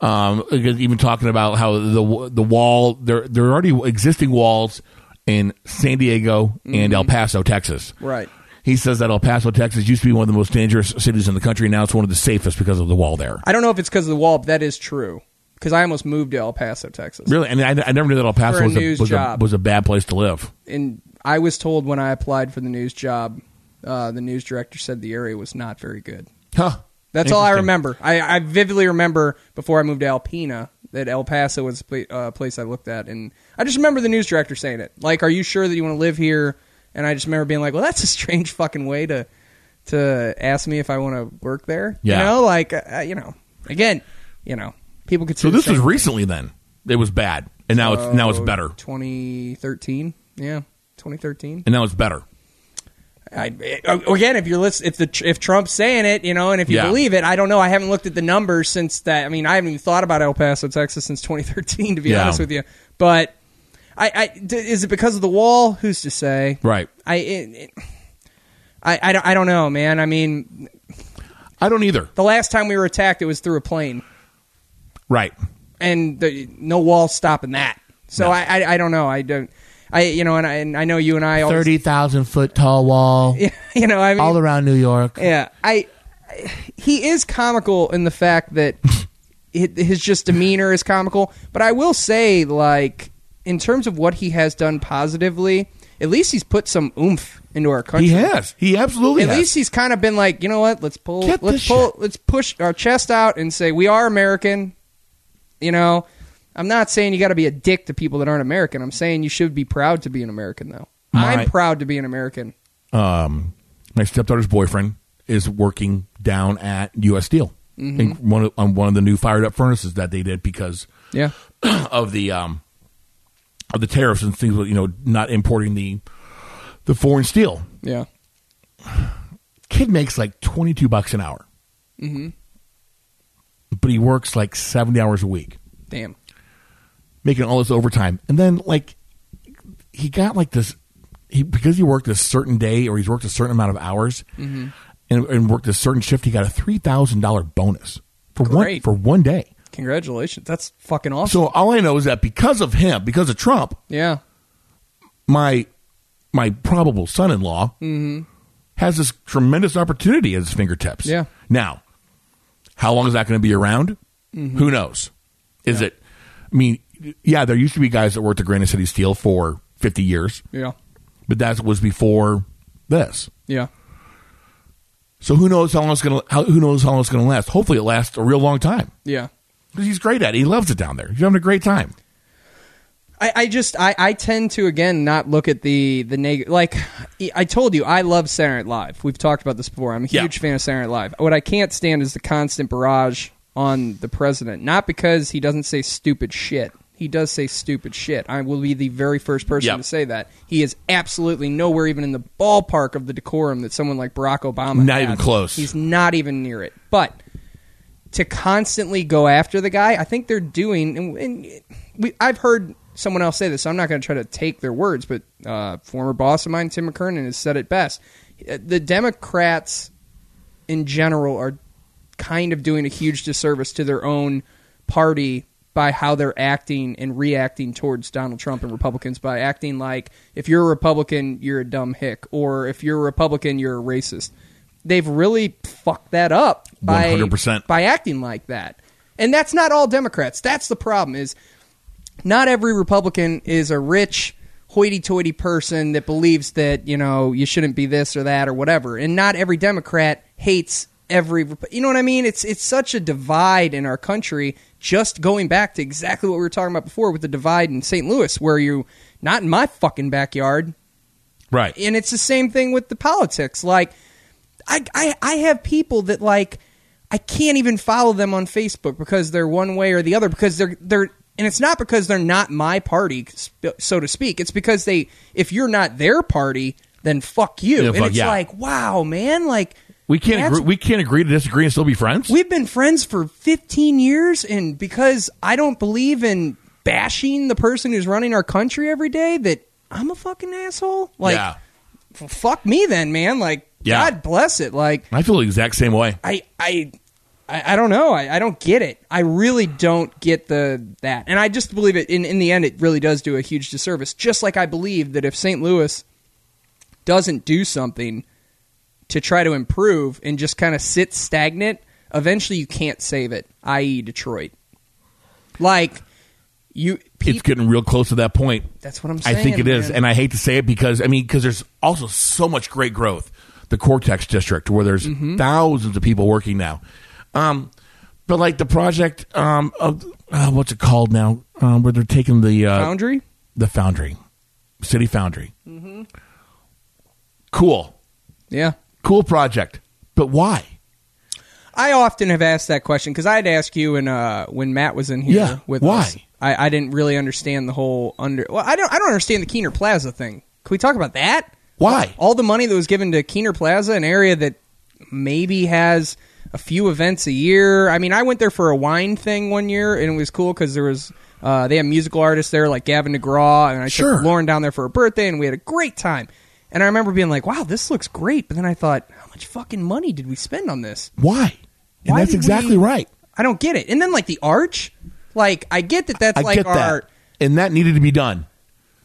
Speaker 1: Um, because even talking about how the the wall there there are already existing walls in San Diego and El Paso, Texas.
Speaker 4: Mm-hmm. Right.
Speaker 1: He says that El Paso, Texas used to be one of the most dangerous cities in the country. Now it's one of the safest because of the wall there.
Speaker 4: I don't know if it's because of the wall, but that is true. Because I almost moved to El Paso, Texas,
Speaker 1: Really, and I, I never knew that El
Speaker 4: For
Speaker 1: Paso
Speaker 4: a
Speaker 1: was a,
Speaker 4: news
Speaker 1: was, a,
Speaker 4: job.
Speaker 1: was a bad place to live.
Speaker 4: and I was told when I applied for the news job, uh, the news director said the area was not very good.
Speaker 1: Huh?
Speaker 4: That's all I
Speaker 1: Interesting.
Speaker 4: remember. I, I vividly remember before I moved to Alpena that El Paso was a pla- uh, place I looked at, and I just remember the news director saying it. Like, "Are you sure that you want to live here?" And I just remember being like, "Well, that's a strange fucking way to to ask me if I want to work there."
Speaker 1: Yeah.
Speaker 4: You know, like uh, uh, you know, again, you know, people could.
Speaker 1: So this was recently. Then it was bad, and now it's now it's better,
Speaker 4: 2013. Yeah, 2013.
Speaker 1: and now it's better.
Speaker 4: I, uh, again, if you're list, if the if Trump's saying it, you know, and if you
Speaker 1: Yeah.
Speaker 4: believe it, I don't know. I haven't looked at the numbers since that. I mean, I haven't even thought about El Paso, Texas, since 2013, to be
Speaker 1: Yeah.
Speaker 4: honest with you. But I, I d- is it because of the wall? Who's to say?
Speaker 1: Right.
Speaker 4: I, it, it, I, I don't, I don't know, man. I mean,
Speaker 1: I don't either.
Speaker 4: The last time we were attacked, it was through a plane,
Speaker 1: Right.
Speaker 4: and the, no wall stopping that. So I, I, I don't know. I don't. I, you know, and I, and I know you and I always,
Speaker 6: Thirty thousand foot tall wall
Speaker 4: you know, I mean,
Speaker 6: all around New York.
Speaker 4: Yeah, I. I- He is comical in the fact that hi- his just demeanor is comical, but I will say, like, in terms of what he has done positively, at least he's put some oomph into our country.
Speaker 1: He has. Oh, He absolutely
Speaker 4: At
Speaker 1: has.
Speaker 4: least he's kind of been like, you know what? Let's pull,
Speaker 6: Get
Speaker 4: let's
Speaker 6: this
Speaker 4: pull, let's push our chest out and say we are American. You know, I'm not saying you got to be a dick to people that aren't American. I'm saying you should be proud to be an American, though.
Speaker 1: My-
Speaker 4: I'm proud to be an American.
Speaker 1: um, my stepdaughter's boyfriend is working down at U.S. Steel
Speaker 6: Mm-hmm.
Speaker 1: in one of, on one of the new fired up furnaces that they did because
Speaker 4: Yeah,
Speaker 1: of the um, of the tariffs and things. You know, not importing the the foreign steel.
Speaker 4: yeah.
Speaker 1: Kid makes like twenty two bucks an hour, mm-hmm. but he works like seventy hours a week,
Speaker 4: Damn.
Speaker 1: making all this overtime. And then like he got like this. He, because he worked a certain day or he's worked a certain amount of hours and, and worked a certain shift, he got a three thousand dollar bonus for one
Speaker 4: Great.
Speaker 1: for one day.
Speaker 4: Congratulations. That's fucking awesome.
Speaker 1: So all I know is that because of him, because of Trump,
Speaker 4: yeah.
Speaker 1: my my probable son-in-law
Speaker 4: Mm-hmm.
Speaker 1: has this tremendous opportunity at his fingertips.
Speaker 4: Yeah.
Speaker 1: Now, how long is that going to be around?
Speaker 4: Mm-hmm.
Speaker 1: Who knows? Is it? I mean, yeah, there used to be guys that worked at Granite City Steel for fifty years,
Speaker 4: Yeah.
Speaker 1: but that was before this.
Speaker 4: Yeah.
Speaker 1: So who knows how long it's going to? Who knows how long it's going to last? Hopefully, it lasts a real long time
Speaker 4: Yeah.
Speaker 1: because he's great at it. He loves it down there. He's having a great time.
Speaker 4: I, I just I, I tend to again not look at the the negative like I told you I love Saturday Night Live we've talked about this before I'm a
Speaker 1: Yeah.
Speaker 4: huge fan of Saturday Night Live what I can't stand is the constant barrage on the president not because he doesn't say stupid shit he does say stupid shit I will be the very first person
Speaker 1: Yeah.
Speaker 4: to say that he is absolutely nowhere even in the ballpark of the decorum that someone like Barack Obama
Speaker 1: Not
Speaker 4: has.
Speaker 1: even close.
Speaker 4: he's not even near it but to constantly go after the guy, I think they're doing. And, and we, I've heard someone else say this. So I'm not going to try to take their words, but uh, former boss of mine, Tim McKernan, has said it best. Uh, The Democrats, in general, are kind of doing a huge disservice to their own party by how they're acting and reacting towards Donald Trump and Republicans by acting like if you're a Republican, you're a dumb hick, or if you're a Republican, you're a racist. They've really fucked that up by
Speaker 1: 100%.
Speaker 4: by acting like that. And that's not all Democrats. That's the problem is not every Republican is a rich hoity-toity person that believes that, you know, you shouldn't be this or that or whatever. And not every Democrat hates every Rep- you know what I mean? It's it's such a divide in our country just going back to exactly what we were talking about before with the divide in St. Louis where you not in my fucking backyard,
Speaker 1: Right.
Speaker 4: and it's the same thing with the politics. Like, I, I, I have people that like I can't even follow them on Facebook because they're one way or the other because they're they're and it's not because they're not my party, sp- so to speak. It's because they if you're not their party, then fuck you.
Speaker 1: Yeah,
Speaker 4: and
Speaker 1: fuck
Speaker 4: it's
Speaker 1: yeah.
Speaker 4: like, wow, man, like
Speaker 1: We can't
Speaker 4: that's
Speaker 1: agree, we can't agree to disagree and still be friends.
Speaker 4: We've been friends for 15 years, and because I don't believe in bashing the person who's running our country every day, that I'm a fucking asshole. Like,
Speaker 1: Yeah.
Speaker 4: f- fuck me then, man. Like,
Speaker 1: Yeah.
Speaker 4: God bless it. Like,
Speaker 1: I feel the exact same way.
Speaker 4: I, I, I, I don't know. I, I don't get it. I really don't get the that. And I just believe it. In in the end, it really does do a huge disservice. Just like I believe that if St. Louis doesn't do something to try to improve and just kind of sit stagnant, eventually you can't save it. I.e., Detroit. Like you,
Speaker 1: It's
Speaker 4: peop-
Speaker 1: getting real close to that point.
Speaker 4: that's what I'm
Speaker 1: I
Speaker 4: saying.
Speaker 1: think it is,
Speaker 4: man.
Speaker 1: and I hate to say it because I mean because there's also so much great growth. The Cortex District, where there's
Speaker 4: Mm-hmm.
Speaker 1: thousands of people working now, um, but like the project um, of uh, what's it called now, um, where they're taking the uh,
Speaker 4: Foundry. Mm-hmm.
Speaker 1: the foundry, city foundry. Cool,
Speaker 4: Yeah.
Speaker 1: cool project, but why?
Speaker 4: I often have asked that question because I'd ask you when uh, when Matt was in here
Speaker 1: Yeah,
Speaker 4: with
Speaker 1: why?
Speaker 4: us. I, I didn't really understand the whole under. Well, I don't. I don't understand the Keener Plaza thing. Can we talk about that?
Speaker 1: Why?
Speaker 4: All the money that was given to Keener Plaza, an area that maybe has a few events a year. I mean, I went there for a wine thing one year, and it was cool because there was uh, they had musical artists there like Gavin DeGraw, and I
Speaker 1: Sure.
Speaker 4: took Lauren down there for her birthday, and we had a great time. And I remember being like, wow, this looks great. But then I thought, how much fucking money did we spend on this?
Speaker 1: Why? And
Speaker 4: Why
Speaker 1: that's
Speaker 4: did
Speaker 1: exactly
Speaker 4: we-
Speaker 1: right.
Speaker 4: I don't get it. And then like the arch, like I get that that's
Speaker 1: I
Speaker 4: like
Speaker 1: get
Speaker 4: our
Speaker 1: that. And that needed to be done.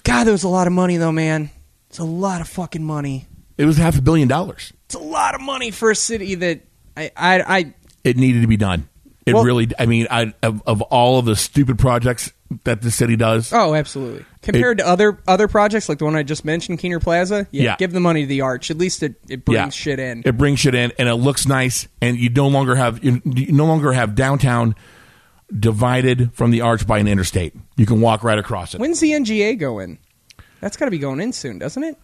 Speaker 4: God, there was a lot of money though, man. It's a lot of fucking money.
Speaker 1: It was half a billion dollars.
Speaker 4: It's a lot of money for a city that I I, I
Speaker 1: It needed to be done. It
Speaker 4: Well-
Speaker 1: really. I mean, I of, of all of the stupid projects that the city does,
Speaker 4: oh absolutely compared to other other projects like the one I just mentioned, Keener Plaza. Yeah,
Speaker 1: Yeah.
Speaker 4: give the money to the arch. At least it, it brings
Speaker 1: yeah,
Speaker 4: shit in.
Speaker 1: It brings shit in, and it looks nice. And you no longer have you, you no longer have downtown divided from the arch by an interstate. You can walk right across it.
Speaker 4: When's the NGA going? That's got to be going in soon, doesn't it?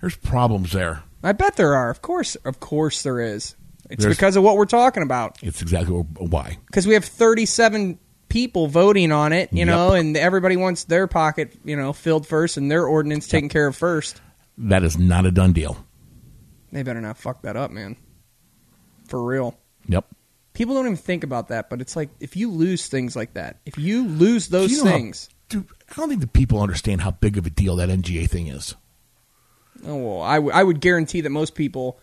Speaker 1: There's problems there.
Speaker 4: I bet there are. Of course, of course there is. It's
Speaker 1: There's-
Speaker 4: because of what we're talking about.
Speaker 1: It's exactly why.
Speaker 4: because we have 37 people voting on it, you
Speaker 1: Yep.
Speaker 4: know, and everybody wants their pocket, you know, filled first and their ordinance taken care of first.
Speaker 1: That is not a done deal.
Speaker 4: They better not fuck that up, man. For real.
Speaker 1: Yep.
Speaker 4: People don't even think about that, but it's like if you lose things like that, if you lose those
Speaker 1: Do you know how-
Speaker 4: things,
Speaker 1: dude, I don't think the people understand how big of a deal that NGA thing is.
Speaker 4: oh well, I, w- I would guarantee that most people,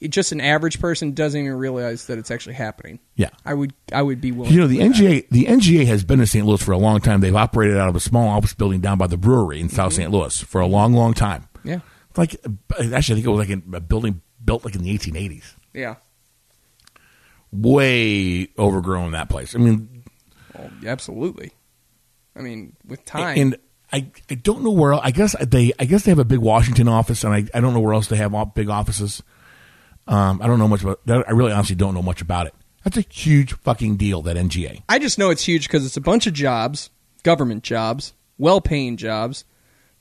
Speaker 4: it- just an average person, doesn't even realize that it's actually happening.
Speaker 1: Yeah.
Speaker 4: I would I would be willing.
Speaker 1: You know, the
Speaker 4: to believe that.
Speaker 1: NGA the NGA has been in St. Louis for a long time. They've operated out of a small office building down by the brewery in South St. Louis for a long, long time.
Speaker 4: Yeah.
Speaker 1: Like actually, I think it was like in a building built like in the 1880s.
Speaker 4: Yeah.
Speaker 1: Way overgrown that place. I mean,
Speaker 4: Well, absolutely. I mean, with time.
Speaker 1: and I, I don't know where. el- I guess they I guess they have a big Washington office, and I, I don't know where else they have all big offices. Um, I don't know much about. that. I really honestly don't know much about it. That's a huge fucking deal. That NGA.
Speaker 4: I just know it's huge because it's a bunch of jobs, government jobs, well-paying jobs,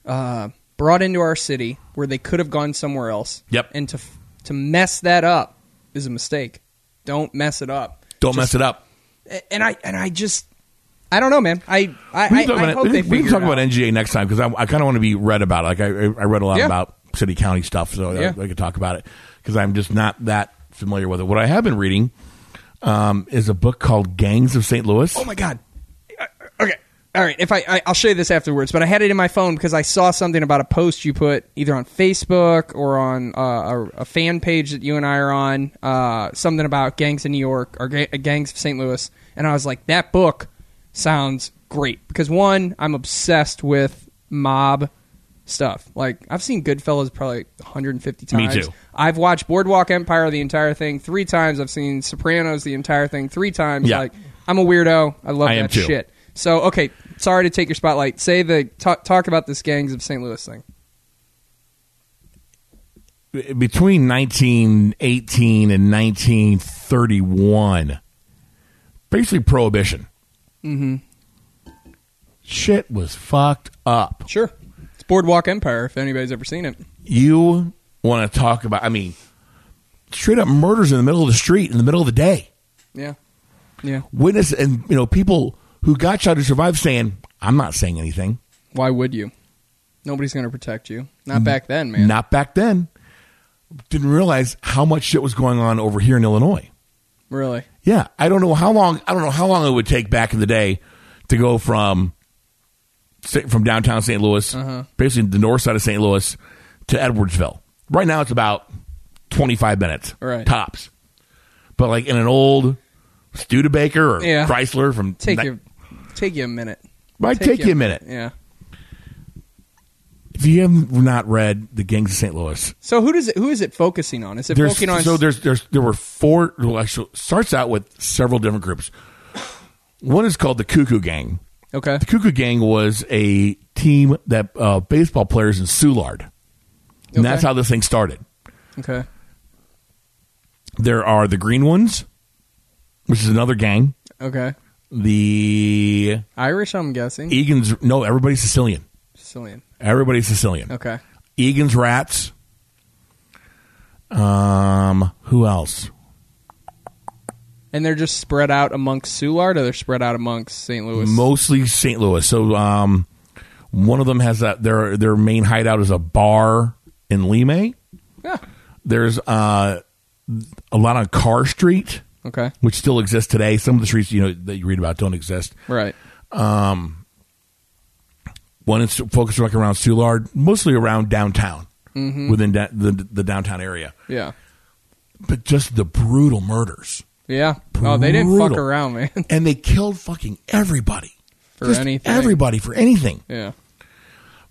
Speaker 4: uh, brought into our city where they could have gone somewhere else.
Speaker 1: Yep.
Speaker 4: And to f- to mess that up is a mistake. Don't mess it up.
Speaker 1: Don't mess it up.
Speaker 4: it. And I and I just I don't know, man. I I,
Speaker 1: We
Speaker 4: I,
Speaker 1: can talk
Speaker 4: I
Speaker 1: about,
Speaker 4: hope
Speaker 1: we
Speaker 4: they
Speaker 1: can- we
Speaker 4: figure
Speaker 1: can talk
Speaker 4: it
Speaker 1: about
Speaker 4: out.
Speaker 1: NGA next time because I, I kind of want to be read about it. Like I, I read a lot
Speaker 4: Yeah.
Speaker 1: about city county stuff, so
Speaker 4: Yeah.
Speaker 1: I, I could talk about it because I'm just not that familiar with it. What I have been reading um, is a book called Gangs of St. Louis.
Speaker 4: Oh my god. Uh, Okay. All right. If I, I I'll show you this afterwards, but I had it in my phone because I saw something about a post you put either on Facebook or on uh, a, a fan page that you and I are on. Uh, something about gangs in New York or ga- gangs of St. Louis, and I was like, that book sounds great because one, I'm obsessed with mob stuff. Like I've seen Goodfellas probably 150
Speaker 1: Me
Speaker 4: times.
Speaker 1: too.
Speaker 4: I've watched Boardwalk Empire the entire thing three times. I've seen Sopranos the entire thing three times.
Speaker 1: Yeah.
Speaker 4: Like I'm a weirdo. I love
Speaker 1: I am
Speaker 4: that
Speaker 1: too.
Speaker 4: shit. So okay, sorry to take your spotlight. Say the talk, talk about this gangs of St. Louis thing.
Speaker 1: between 1918 and 1931, basically prohibition. Mm-hmm. Shit was fucked up.
Speaker 4: Sure, it's Boardwalk Empire. If anybody's ever seen it,
Speaker 1: You want to talk about? I mean, straight up murders in the middle of the street in the middle of the day.
Speaker 4: yeah, yeah.
Speaker 1: Witness and you know people who got shot who survived saying, "I'm not saying anything."
Speaker 4: Why would you? Nobody's going to protect you. Not back then, man.
Speaker 1: Not back then. Didn't realize how much shit was going on over here in Illinois.
Speaker 4: Really.
Speaker 1: Yeah, I don't know how long. I don't know how long it would take back in the day to go from say, from downtown St. Louis,
Speaker 4: Uh-huh.
Speaker 1: basically the north side of St. Louis, to Edwardsville. Right now, it's about twenty five minutes,
Speaker 4: Right.
Speaker 1: tops. But like in an old Studebaker or
Speaker 4: Yeah.
Speaker 1: Chrysler from
Speaker 4: Take
Speaker 1: ni-
Speaker 4: you, take you a minute.
Speaker 1: might take, you a minute.
Speaker 4: Yeah.
Speaker 1: If you have not read the Gangs of St. Louis,
Speaker 4: So who does it? Who is it focusing on? Is it
Speaker 1: there's
Speaker 4: focusing on?
Speaker 1: so there's there's there were four. Well, actually, starts out with several different groups. One is called the Cuckoo Gang.
Speaker 4: okay.
Speaker 1: The Cuckoo Gang was a team that uh, baseball players in Soulard, and that's
Speaker 4: Okay.
Speaker 1: how this thing started.
Speaker 4: Okay.
Speaker 1: There are the Green Ones, which is another gang.
Speaker 4: Okay.
Speaker 1: The
Speaker 4: Irish, I'm guessing.
Speaker 1: Egan's no, everybody's Sicilian.
Speaker 4: Sicilian.
Speaker 1: Everybody's Sicilian.
Speaker 4: Okay.
Speaker 1: Egan's Rats. Um, who else?
Speaker 4: And they're just spread out amongst Soulard, or they're spread out amongst St. Louis.
Speaker 1: Mostly St. Louis. So, um, one of them has that their their main hideout is a bar in Lime.
Speaker 4: Yeah.
Speaker 1: There's uh, a lot on Carr Street.
Speaker 4: Okay.
Speaker 1: which still exist today. Some of the streets you know that you read about don't exist.
Speaker 4: Right.
Speaker 1: One is focused like around Soulard, mostly around downtown.
Speaker 4: Mm-hmm.
Speaker 1: within da- the, the downtown area.
Speaker 4: Yeah.
Speaker 1: But just the brutal murders.
Speaker 4: Yeah. Oh, they didn't fuck
Speaker 1: Brutal.
Speaker 4: around, man.
Speaker 1: And they killed fucking everybody.
Speaker 4: For
Speaker 1: Just
Speaker 4: anything.
Speaker 1: Everybody for anything.
Speaker 4: Yeah.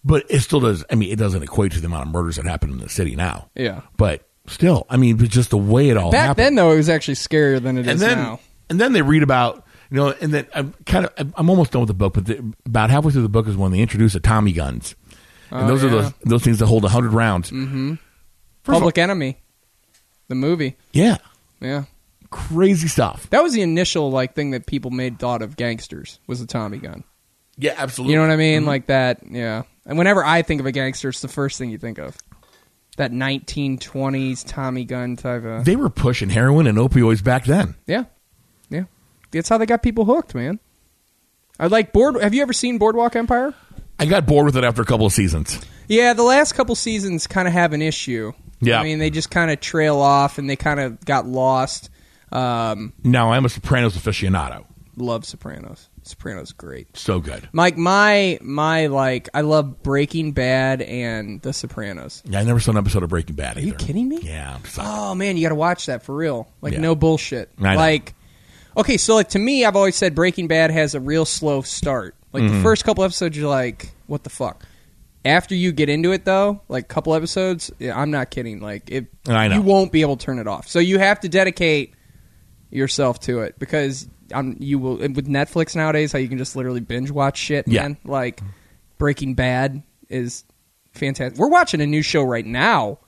Speaker 1: But it still does. I mean, it doesn't equate to the amount of murders that happen in the city now.
Speaker 4: Yeah.
Speaker 1: But still, I mean, but just the way it all
Speaker 4: Back
Speaker 1: happened.
Speaker 4: then, though, it was actually scarier than it is
Speaker 1: and then
Speaker 4: now.
Speaker 1: and then they read about you know and then i'm kind of I'm- i'm almost done with the book but the, about halfway through the book is when they introduce the tommy guns and
Speaker 4: Oh,
Speaker 1: those are
Speaker 4: yeah.
Speaker 1: those those things that hold 100 rounds mm-hmm.
Speaker 4: Public Enemy, the movie.
Speaker 1: yeah
Speaker 4: Yeah.
Speaker 1: crazy stuff
Speaker 4: That was the initial like thing that people made thought of gangsters was the Tommy gun.
Speaker 1: yeah absolutely
Speaker 4: You know what I
Speaker 1: Mm-hmm.
Speaker 4: mean? Like that. Yeah. And whenever I think of a gangster, it's the first thing you think of. That 1920s Tommy gun type of.
Speaker 1: they were pushing heroin and opioids back then
Speaker 4: Yeah. Yeah. That's how they got people hooked, man. I like board. Have you ever seen Boardwalk Empire?
Speaker 1: i got bored with it after a couple of seasons
Speaker 4: Yeah, the last couple seasons kind of have an issue.
Speaker 1: Yeah.
Speaker 4: I mean, they just kind of trail off and they kind of got lost. Um,
Speaker 1: now i'm a sopranos aficionado
Speaker 4: love Sopranos. Sopranos great.
Speaker 1: so good
Speaker 4: Like my my like I love Breaking Bad and The Sopranos.
Speaker 1: yeah i never saw an episode of breaking bad either
Speaker 4: you kidding me?
Speaker 1: yeah I'm sorry.
Speaker 4: Oh man, you got to watch that for real. Like
Speaker 1: Yeah.
Speaker 4: no bullshit.
Speaker 1: I know.
Speaker 4: Like okay, so like to me, I've always said Breaking Bad has a real slow start. Like
Speaker 1: Mm-hmm.
Speaker 4: the first couple episodes, you're like, what the fuck. After you get into it, though, like couple episodes, yeah, I'm not kidding. Like it,
Speaker 1: I know.
Speaker 4: you won't be able to turn it off. So you have to dedicate yourself to it because um, you will and with Netflix nowadays how you can just literally binge watch shit
Speaker 1: Yeah.
Speaker 4: man like Breaking Bad is fantastic we're watching a new show right now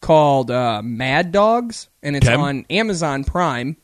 Speaker 4: called uh, Mad Dogs and it's
Speaker 1: Okay.
Speaker 4: on Amazon Prime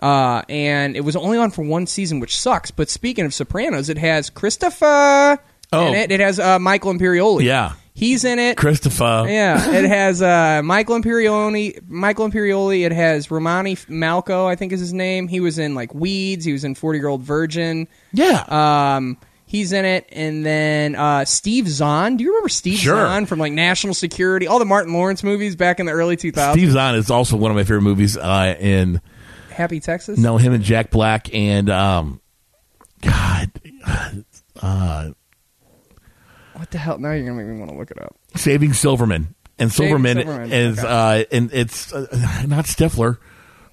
Speaker 4: uh, and it was only on for one season which sucks but speaking of Sopranos it has Christopher
Speaker 1: Oh.
Speaker 4: in it it has uh, Michael Imperioli
Speaker 1: yeah
Speaker 4: he's in it
Speaker 1: christopher
Speaker 4: yeah, it has uh, Michael Imperioli. Michael Imperioli. It has Romani Malco, I think is his name. He was in like Weeds. He was in Forty Year Old Virgin.
Speaker 1: yeah
Speaker 4: Um, he's in it, and then uh, Steve Zahn. Do you remember Steve
Speaker 1: Sure.
Speaker 4: Zahn from like National Security, all the Martin Lawrence movies back in the early 2000s?
Speaker 1: steve zahn is also one of my favorite movies uh, in
Speaker 4: Happy Texas.
Speaker 1: No, him and Jack Black and um, God,
Speaker 4: What the hell? Now you're gonna make me want to look it up.
Speaker 1: Saving Silverman and
Speaker 4: Saving
Speaker 1: Silverman,
Speaker 4: Silverman,
Speaker 1: is
Speaker 4: okay.
Speaker 1: uh, and it's uh, not Stifler,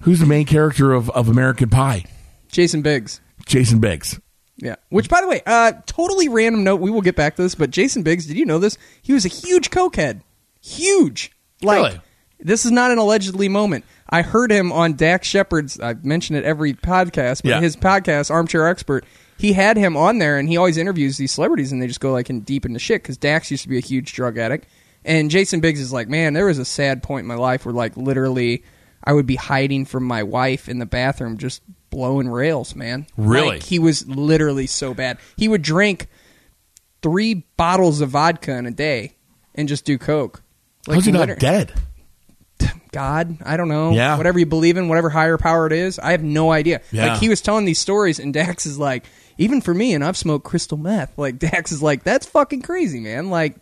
Speaker 1: who's the main character of of American Pie,
Speaker 4: Jason Biggs.
Speaker 1: Jason Biggs.
Speaker 4: Yeah. Which, by the way, uh, totally random note. We will get back to this, but Jason Biggs, did you know this? He was a huge cokehead. Huge. Like,
Speaker 1: Really?
Speaker 4: this is not an allegedly moment. I heard him on Dak Shepard's. I mention it every podcast, but
Speaker 1: Yeah.
Speaker 4: his podcast, Armchair Expert. He had him on there, and he always interviews these celebrities, and they just go like in deep into shit because Dax used to be a huge drug addict, and Jason Biggs is like, man, there was a sad point in my life where like literally, I would be hiding from my wife in the bathroom, just blowing rails, man.
Speaker 1: Really?
Speaker 4: Like, he was literally so bad. He would drink three bottles of vodka in a day and just do coke. Like,
Speaker 1: How's he not
Speaker 4: liter-
Speaker 1: dead?
Speaker 4: God, I don't know.
Speaker 1: Yeah.
Speaker 4: Whatever you believe in, whatever higher power it is, I have no idea.
Speaker 1: Yeah.
Speaker 4: Like he was telling these stories and Dax is like, even for me, and I've smoked crystal meth. Like Dax is like, that's fucking crazy, man. Like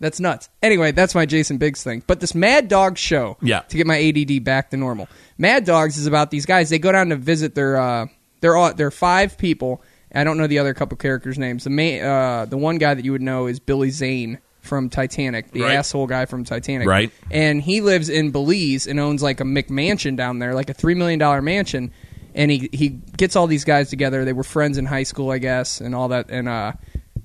Speaker 4: that's nuts. Anyway, that's my Jason Biggs thing. But this Mad Dog show,
Speaker 1: Yeah.
Speaker 4: to get my ADD back to normal. Mad Dogs is about these guys. They go down to visit their uh, they're all they're five people. I don't know the other couple characters' names. The main, uh, the one guy that you would know is Billy Zane from Titanic, the
Speaker 1: Right.
Speaker 4: asshole guy from Titanic.
Speaker 1: Right.
Speaker 4: And he lives in Belize and owns like a McMansion down there, like a three million dollar mansion. And he he gets all these guys together. They were friends in high school, I guess, and all that. And uh,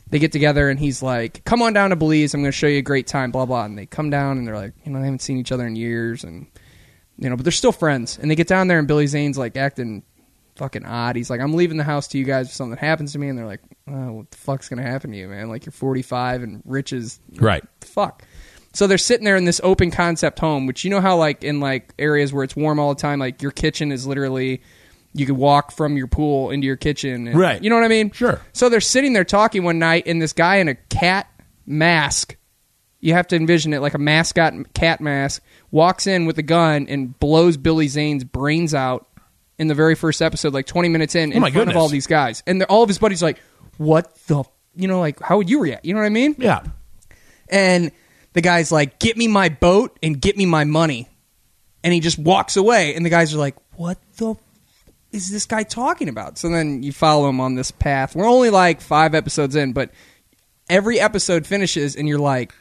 Speaker 4: they get together, and he's like, "Come on down to Belize. I'm going to show you a great time." Blah blah. And they come down, and they're like, you know, they haven't seen each other in years, and you know, but they're still friends. And they get down there, and Billy Zane's like acting fucking odd. He's like, I'm leaving the house to you guys if something happens to me. And they're like, oh, what the fuck's going to happen to you, man? Like, you're 45 and rich as
Speaker 1: Right.
Speaker 4: fuck. So they're sitting there in this open concept home, which you know how, like, in like areas where it's warm all the time, like your kitchen is literally. You could walk from your pool into your kitchen. And,
Speaker 1: Right.
Speaker 4: You know what I mean?
Speaker 1: Sure.
Speaker 4: So they're sitting there talking one night, and this guy in a cat mask you have to envision it like a mascot cat mask walks in with a gun and blows Billy Zane's brains out in the very first episode, like 20 minutes in, in
Speaker 1: Oh my
Speaker 4: front of
Speaker 1: goodness.
Speaker 4: all these guys. And they're- all of his buddies are like, what the, f-" you know, like, how would you react? You know what I mean?
Speaker 1: Yeah.
Speaker 4: And the guy's like, get me my boat and get me my money. And he just walks away. And the guys are like, what the f- is this guy talking about? So then you follow him on this path. We're only like five episodes in, but every episode finishes and you're like,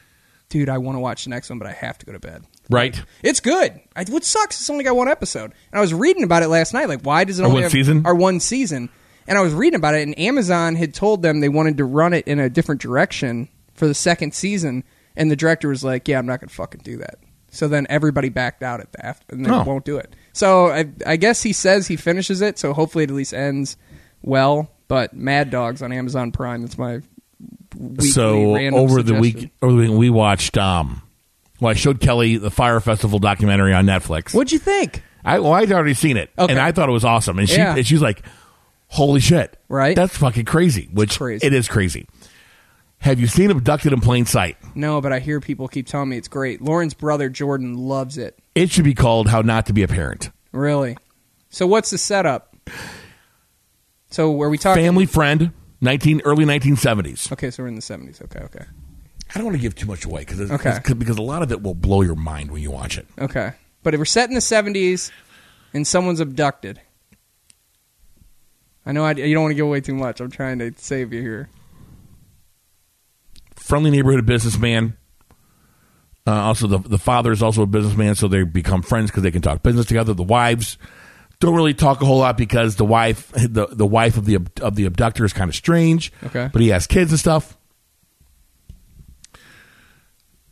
Speaker 4: dude, I want to watch the next one, but I have to go to bed.
Speaker 1: Right.
Speaker 4: It's good. I, what sucks is it's only got one episode. And I was reading about it last night. Like, why does it only
Speaker 1: one
Speaker 4: have
Speaker 1: season?
Speaker 4: Our one season. And I was reading about it, and Amazon had told them they wanted to run it in a different direction for the second season. And the director was like, "Yeah, I'm not gonna fucking do that." So then everybody backed out at the after, and they
Speaker 1: Oh.
Speaker 4: won't do it. So I, I guess he says he finishes it. So hopefully it at least ends well. But Mad Dogs on Amazon Prime. That's my weekly
Speaker 1: so
Speaker 4: random
Speaker 1: over the
Speaker 4: suggestion.
Speaker 1: week, over the weekend, we watched. Um, well, I showed Kelly the Fire Festival documentary on Netflix.
Speaker 4: What'd you think?
Speaker 1: I well, I'd already seen it,
Speaker 4: Okay.
Speaker 1: and I thought it was awesome. And she
Speaker 4: Yeah.
Speaker 1: and she's like, "Holy shit!
Speaker 4: Right?
Speaker 1: That's fucking crazy." Which
Speaker 4: crazy.
Speaker 1: it is crazy. Have you seen Abducted in Plain Sight?
Speaker 4: No, but I hear people keep telling me it's great. Lauren's brother Jordan loves it.
Speaker 1: It should be called "How Not to Be a Parent."
Speaker 4: Really. So what's the setup? So are we talking?
Speaker 1: Family friend, nineteen early nineteen seventies.
Speaker 4: Okay, so we're in the seventies. Okay, okay,
Speaker 1: I don't want to give too much away because
Speaker 4: Okay.
Speaker 1: because a lot of it will blow your mind when you watch it.
Speaker 4: okay. But if we're set in the seventies, and someone's abducted. I know I, you don't want to give away too much. I'm trying to save you here.
Speaker 1: Friendly neighborhood businessman. Uh, also, the the father is also a businessman, so they become friends because they can talk business together. The wives don't really talk a whole lot because the wife the, the wife of the ab- of the abductor is kind of strange.
Speaker 4: Okay.
Speaker 1: but he has kids and stuff.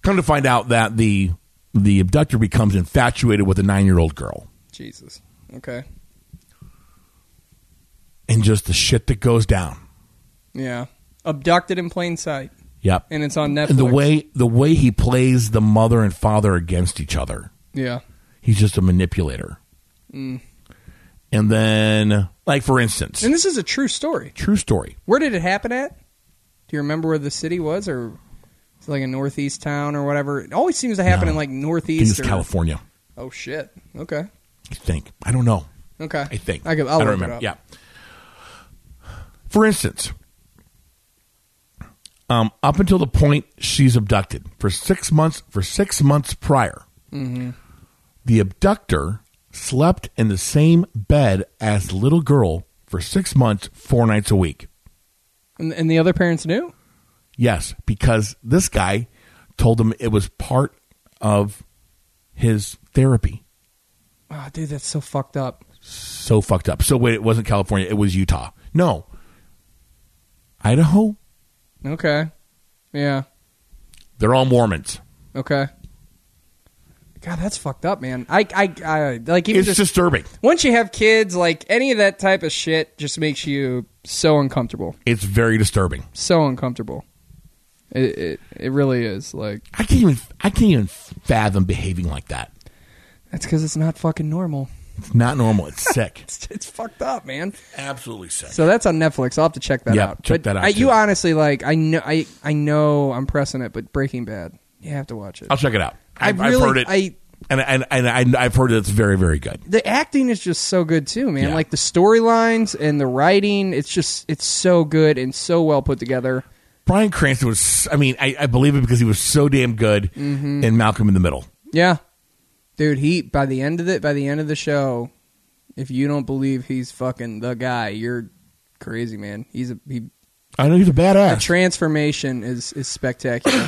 Speaker 1: Come to find out that the the abductor becomes infatuated with a nine year old girl.
Speaker 4: Jesus. Okay.
Speaker 1: and just the shit that goes down.
Speaker 4: Yeah. Abducted in plain sight,
Speaker 1: Yep.
Speaker 4: and it's on Netflix.
Speaker 1: And the way the way he plays the mother and father against each other,
Speaker 4: Yeah. Mm.
Speaker 1: he's just a manipulator. And then, like for instance,
Speaker 4: And this is a true story.
Speaker 1: true story.
Speaker 4: Where did it happen at? Do you remember where the city was, or it's like a northeast town or whatever? It always seems to happen
Speaker 1: No.
Speaker 4: in like
Speaker 1: I think it's
Speaker 4: northeast. Or,
Speaker 1: California.
Speaker 4: Oh shit. Okay.
Speaker 1: I think I don't know.
Speaker 4: Okay.
Speaker 1: I think
Speaker 4: I could, I'll
Speaker 1: I do not
Speaker 4: look it
Speaker 1: remember.
Speaker 4: up.
Speaker 1: Yeah. For instance, um, up until the point she's abducted for six months, for six months prior,
Speaker 4: Mm-hmm.
Speaker 1: the abductor slept in the same bed as the little girl for six months, four nights a week.
Speaker 4: And, and the other parents knew.
Speaker 1: Yes, because this guy told him it was part of his therapy.
Speaker 4: Oh, dude, that's so fucked up.
Speaker 1: so fucked up. So wait, it wasn't California, it was Utah. No. Idaho?
Speaker 4: Okay. Yeah.
Speaker 1: They're all Mormons.
Speaker 4: Okay. God, that's fucked up, man. I, I, I like even
Speaker 1: It's
Speaker 4: just,
Speaker 1: disturbing.
Speaker 4: once you have kids, like any of that type of shit, just makes you so uncomfortable,
Speaker 1: It's very disturbing.
Speaker 4: so uncomfortable. It, it, it really is. Like
Speaker 1: I can't even I can't even fathom behaving like that.
Speaker 4: that's because it's not fucking normal.
Speaker 1: It's not normal. It's sick.
Speaker 4: It's, it's fucked up, man.
Speaker 1: Absolutely sick.
Speaker 4: So that's on Netflix. I'll have to check that
Speaker 1: Yeah,
Speaker 4: out.
Speaker 1: check
Speaker 4: But
Speaker 1: that out,
Speaker 4: I, you
Speaker 1: too.
Speaker 4: honestly like I know I I know I'm pressing it, but Breaking Bad, you have to watch it.
Speaker 1: I'll check it out.
Speaker 4: I
Speaker 1: I've,
Speaker 4: really-
Speaker 1: I've heard it.
Speaker 4: I-
Speaker 1: and, and, and I, I've heard it's very, very good.
Speaker 4: the acting is just so good too, man.
Speaker 1: Yeah.
Speaker 4: Like the storylines and the writing, it's just it's so good and so well put together.
Speaker 1: Brian Cranston was, I mean, I, I believe it because he was so damn good
Speaker 4: Mm-hmm.
Speaker 1: in Malcolm in the Middle.
Speaker 4: Yeah, dude. He by the end of it, by the end of the show, if you don't believe he's fucking the guy, you're crazy, man. He's a he.
Speaker 1: I know he's a
Speaker 4: The
Speaker 1: badass.
Speaker 4: transformation is is spectacular.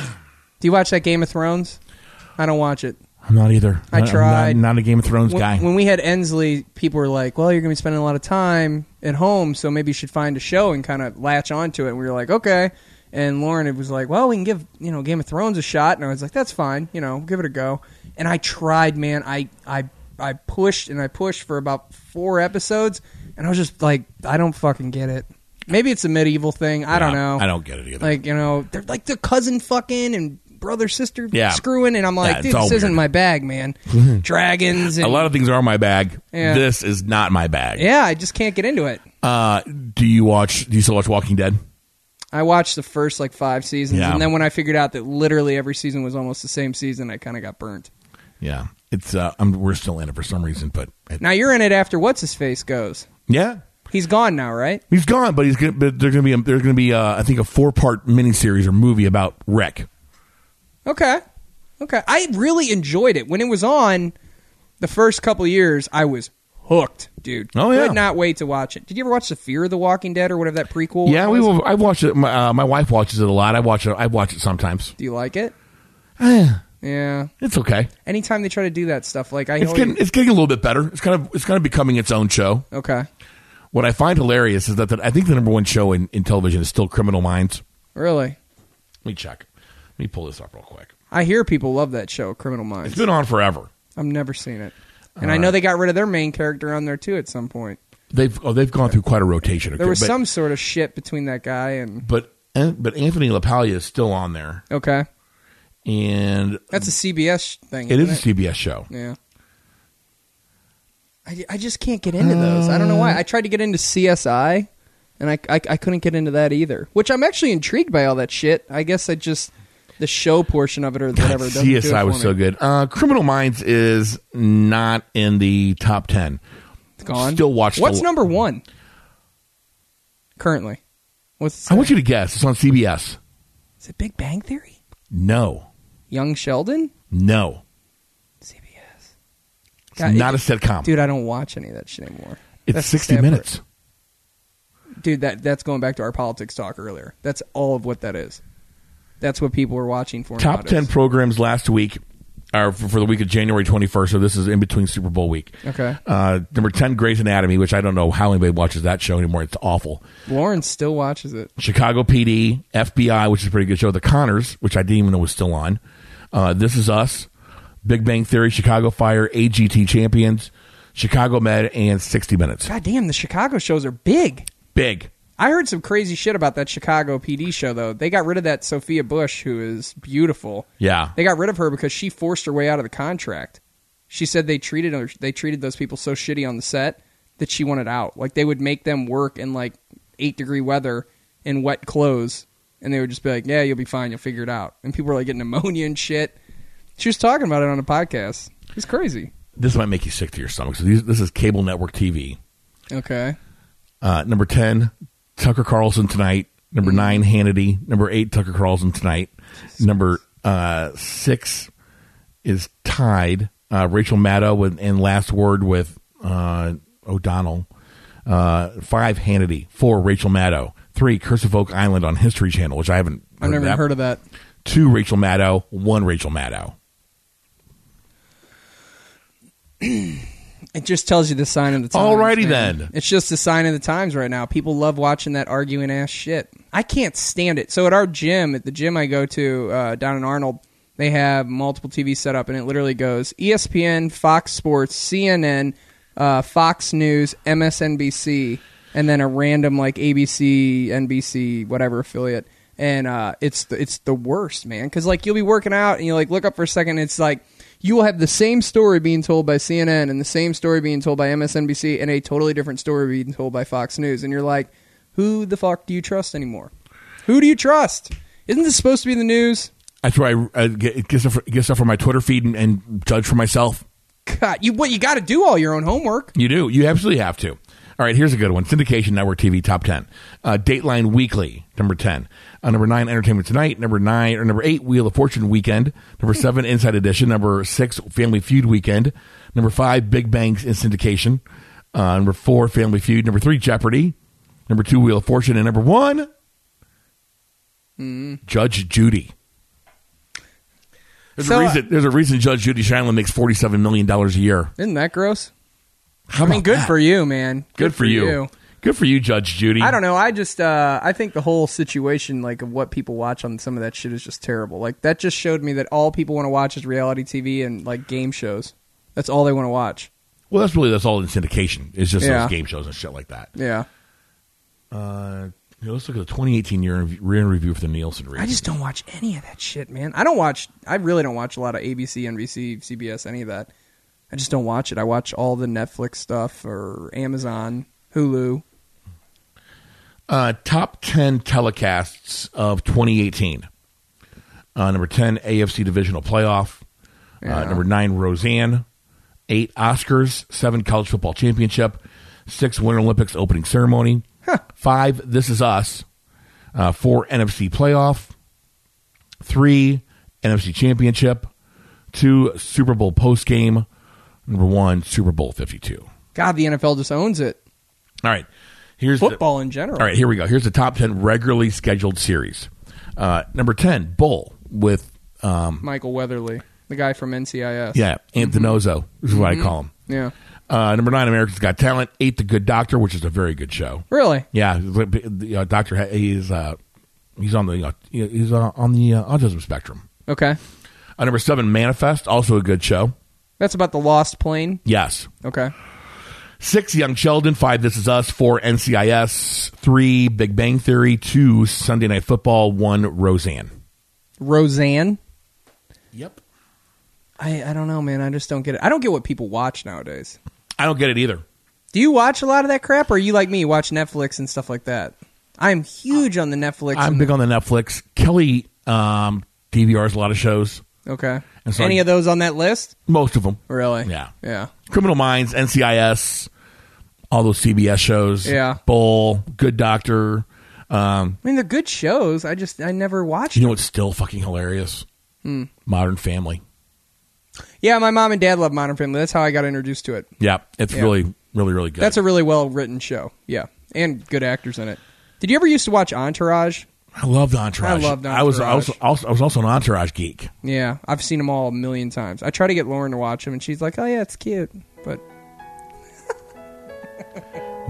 Speaker 4: Do you watch that Game of Thrones? I don't watch it.
Speaker 1: I'm not either.
Speaker 4: I
Speaker 1: I'm not-
Speaker 4: tried.
Speaker 1: not, a Game of Thrones
Speaker 4: when,
Speaker 1: guy.
Speaker 4: when we had Ensley, people were like, "Well, you're going to be spending a lot of time at home, so maybe you should find a show and kind of latch onto it." And we were like, "Okay." And Lauren it was like, "Well, we can give you know Game of Thrones a shot," and I was like, "That's fine, you know, give it a go." And I tried, man. I I I pushed and I pushed for about four episodes, and I was just like, "I don't fucking get it." Maybe it's a medieval thing. I don't
Speaker 1: Yeah,
Speaker 4: know.
Speaker 1: I don't get it either.
Speaker 4: Like you know, they're like the cousin fucking and brother sister
Speaker 1: Yeah.
Speaker 4: screwing, and I'm
Speaker 1: Yeah,
Speaker 4: like,
Speaker 1: it's
Speaker 4: dude,
Speaker 1: all
Speaker 4: this isn't
Speaker 1: weird.
Speaker 4: my bag, man. Dragons. And,
Speaker 1: a lot of things are my bag.
Speaker 4: Yeah.
Speaker 1: This is not my bag.
Speaker 4: Yeah, I just can't get into it.
Speaker 1: Uh, do you watch? Do you still watch Walking Dead?
Speaker 4: I watched the first like five seasons,
Speaker 1: Yeah.
Speaker 4: and then when I figured out that literally every season was almost the same season, I kind of got burnt.
Speaker 1: Yeah, it's uh, I'm, we're still in it for some reason, but it-
Speaker 4: Now you're in it after what's his face goes.
Speaker 1: yeah,
Speaker 4: He's gone now, right?
Speaker 1: he's gone, but he's gonna, but there's gonna be a, there's gonna be uh, I think a four part miniseries or movie about Rick.
Speaker 4: Okay, okay. I really enjoyed it when it was on. The first couple years, I was hooked, dude.
Speaker 1: Oh, yeah.
Speaker 4: could not wait to watch it. Did you ever watch the Fear of the Walking Dead or whatever that prequel?
Speaker 1: Yeah,
Speaker 4: was?
Speaker 1: we will. I watch it. My, uh, my wife watches it a lot. I watch it. I watch it sometimes.
Speaker 4: Do you like it?
Speaker 1: Eh,
Speaker 4: Yeah.
Speaker 1: it's okay.
Speaker 4: Anytime they try to do that stuff, like I
Speaker 1: It's
Speaker 4: always,
Speaker 1: getting it's getting a little bit better. It's kind of it's kind of becoming its own show.
Speaker 4: okay,
Speaker 1: What I find hilarious is that the, I think the number one show in, in television is still Criminal Minds.
Speaker 4: really.
Speaker 1: Let me check. Let me pull this up real quick.
Speaker 4: I hear people love that show, Criminal
Speaker 1: It's
Speaker 4: Minds.
Speaker 1: been Uh, on forever.
Speaker 4: I've never seen it, and I know they got rid of their main character on there too at some point.
Speaker 1: They've oh, they've gone through quite a rotation.
Speaker 4: There was
Speaker 1: but,
Speaker 4: some sort of shit between that guy and
Speaker 1: but eh, but Anthony LaPaglia is still on there,
Speaker 4: okay,
Speaker 1: and
Speaker 4: that's a CBS thing.
Speaker 1: it
Speaker 4: isn't
Speaker 1: is a CBS show.
Speaker 4: Yeah. I, I just can't get into those. I don't know
Speaker 1: Uh.
Speaker 4: why. I tried to get into CSI, and I, I, I couldn't get into that either. Which I'm actually intrigued by all that shit. I guess I just the show portion of it or whatever. doesn't do it
Speaker 1: CSI was
Speaker 4: for
Speaker 1: so
Speaker 4: me.
Speaker 1: good. Uh, Criminal Minds is not in the top ten.
Speaker 4: It's gone.
Speaker 1: Still watch
Speaker 4: What's
Speaker 1: the-
Speaker 4: number one currently? What's
Speaker 1: I want you to guess. It's on CBS.
Speaker 4: is it? Big Bang Theory?
Speaker 1: No,
Speaker 4: Young Sheldon?
Speaker 1: no,
Speaker 4: CBS.
Speaker 1: it's not a sitcom.
Speaker 4: dude. I don't watch any of that shit anymore.
Speaker 1: it's
Speaker 4: That's
Speaker 1: sixty
Speaker 4: separate.
Speaker 1: minutes.
Speaker 4: dude that that's going back to our politics talk earlier that's all of what that is that's what people were watching for
Speaker 1: Top ten
Speaker 4: nowadays.
Speaker 1: programs last week, or for, for the week of January twenty first. So this is in between Super Bowl week.
Speaker 4: okay
Speaker 1: Uh, number ten, Grey's Anatomy, which I don't know how anybody watches that show anymore. It's awful.
Speaker 4: lauren still watches it
Speaker 1: Chicago PD, FBI, which is a pretty good show. The Connors, which I didn't even know was still on. Uh, this is Us, Big Bang Theory, Chicago Fire, AGT Champions, Chicago Med, and 60 Minutes.
Speaker 4: god damn the chicago shows are big
Speaker 1: Big.
Speaker 4: i heard some crazy shit about that chicago pd show though they got rid of that sophia bush who is beautiful
Speaker 1: Yeah.
Speaker 4: they got rid of her because she forced her way out of the contract she said they treated her they treated those people so shitty on the set that she wanted out like they would make them work in like eight degree weather in wet clothes and they would just be like yeah you'll be fine you'll figure it out and people were like getting pneumonia and shit she was talking about it on a podcast it's crazy
Speaker 1: This might make you sick to your stomach. So these, this is cable network TV.
Speaker 4: okay
Speaker 1: Uh, number 10, Tucker Carlson Tonight.
Speaker 4: Mm.
Speaker 1: Number 9, Hannity. Number 8, Tucker Carlson Tonight. number uh, 6 is tied. Uh, Rachel Maddow with, and Last Word with uh, O'Donnell. Uh, 5, Hannity. 4, Rachel Maddow. 3, Curse of Oak Island on History Channel, which I haven't heard
Speaker 4: i've never
Speaker 1: of that.
Speaker 4: heard of that
Speaker 1: 2, Rachel Maddow. 1, Rachel Maddow.
Speaker 4: it just tells you the sign of the times.
Speaker 1: Alrighty
Speaker 4: man.
Speaker 1: then.
Speaker 4: It's just the sign of the times right now. People love watching that arguing ass shit. I can't stand it. So at our gym, at the gym I go to uh, down in Arnold, they have multiple TVs set up, and it literally goes E ESPN, Fox Sports, CNN, uh, Fox News, MSNBC, and then a random like ABC, NBC, whatever affiliate. And uh, it's the, it's the worst, man. Because like you'll be working out and you like look up for a second, and it's like you will have the same story being told by CNN and the same story being told by MSNBC and a totally different story being told by Fox News. And you're like, who the fuck do you trust anymore? Who do you trust? Isn't this supposed to be the news?
Speaker 1: That's where I, I get, get, stuff, get stuff from my Twitter feed and, and judge for myself.
Speaker 4: God, you what you got to do all your own homework.
Speaker 1: You do. You absolutely have to. All right, here's a good one. Syndication Network TV top ten. Uh, Dateline Weekly number ten. Uh, number nine, Entertainment Tonight. Number nine or number eight, Wheel of Fortune Weekend. Number seven, Inside Edition. Number six, Family Feud Weekend. Number five, Big Bangs in Syndication. Uh, number four, Family Feud. Number three, Jeopardy. Number two, Wheel of Fortune, and number one,
Speaker 4: Mm-hmm.
Speaker 1: Judge Judy. There's,
Speaker 4: So,
Speaker 1: a
Speaker 4: uh,
Speaker 1: reason, there's a reason Judge Judy Shyland makes $47 million a year.
Speaker 4: Isn't that gross?
Speaker 1: How
Speaker 4: I mean,
Speaker 1: about
Speaker 4: good
Speaker 1: that?
Speaker 4: for you, man.
Speaker 1: Good for you. Good for you, Judge Judy.
Speaker 4: I don't know. I just uh, I think the whole situation like of what people watch on some of that shit is just terrible. Like that just showed me that all people want to watch is reality TV and like game shows. That's all they want to watch.
Speaker 1: Well, that's really that's all in syndication. It's just
Speaker 4: Yeah.
Speaker 1: those game shows and shit like that.
Speaker 4: Yeah.
Speaker 1: Uh, you know, let's look at the 2018 year in- year in review for the Nielsen rating.
Speaker 4: I just don't watch any of that shit, man. I don't watch. I really don't watch a lot of ABC, NBC, CBS, any of that. I just don't watch it. I watch all the Netflix stuff or Amazon, Hulu.
Speaker 1: uh, top 10 telecasts of 2018. Uh, number 10 AFC divisional playoff. Uh,
Speaker 4: Yeah.
Speaker 1: number nine Roseanne. Eight Oscars. Seven college football championship. Six Winter Olympics opening ceremony. Five This Is Us. Uh, four NFC playoff. Three NFC championship. Two Super Bowl post game. Number one Super Bowl fifty two.
Speaker 4: God, the NFL just owns it.
Speaker 1: All right, here's the-
Speaker 4: Football in general.
Speaker 1: all right, here we go. Here's the top 10 regularly scheduled series. Uh, number 10, Bull with
Speaker 4: Michael Weatherly, the guy from NCIS.
Speaker 1: Yeah, Anthinozo is what I call him.
Speaker 4: Yeah.
Speaker 1: Uh, number nine, America's Got Talent. Eight, The Good Doctor, which is a very good show.
Speaker 4: Really?
Speaker 1: Yeah, the, the, uh, Doctor Ha- he's uh, he's on the uh, he's uh, on the uh, autism spectrum.
Speaker 4: Okay.
Speaker 1: Uh, number seven, Manifest, also a good show.
Speaker 4: That's about the lost plane.
Speaker 1: Yes.
Speaker 4: Okay.
Speaker 1: Six, Young Sheldon. Five, This Is Us. Four, NCIS. Three, Big Bang Theory. Two, Sunday Night Football. One, Roseanne.
Speaker 4: Roseanne.
Speaker 1: Yep.
Speaker 4: I, I don't know, man. I just don't get it. I don't get what people watch nowadays.
Speaker 1: I don't get it either.
Speaker 4: Do you watch a lot of that crap, or are you like me, watch Netflix and stuff like that? I'm huge on the Netflix.
Speaker 1: I'm
Speaker 4: and-
Speaker 1: big on the Netflix. Kelly um, DVRs a lot of shows,
Speaker 4: okay.
Speaker 1: And so
Speaker 4: Any
Speaker 1: I-
Speaker 4: of those on that list?
Speaker 1: most of them.
Speaker 4: Really?
Speaker 1: Yeah.
Speaker 4: Yeah.
Speaker 1: Criminal Minds, NCIS, all those CBS shows.
Speaker 4: Yeah.
Speaker 1: Bull, Good Doctor. Um,
Speaker 4: I mean, they're good shows. I just I never watched.
Speaker 1: you know what's still fucking hilarious?
Speaker 4: Hmm.
Speaker 1: Modern Family.
Speaker 4: Yeah, my mom and dad love Modern Family. That's how I got introduced to it.
Speaker 1: Yeah, it's
Speaker 4: Yeah.
Speaker 1: really, really, really good.
Speaker 4: That's a really well written show. Yeah, and good actors in it. Did you ever used to watch Entourage?
Speaker 1: I loved Entourage.
Speaker 4: I loved
Speaker 1: I was, I was
Speaker 4: Entourage.
Speaker 1: also, I was also an Entourage geek.
Speaker 4: Yeah, I've seen them all a million times. I try to get Lauren to watch them, and she's like, "Oh yeah, it's cute," but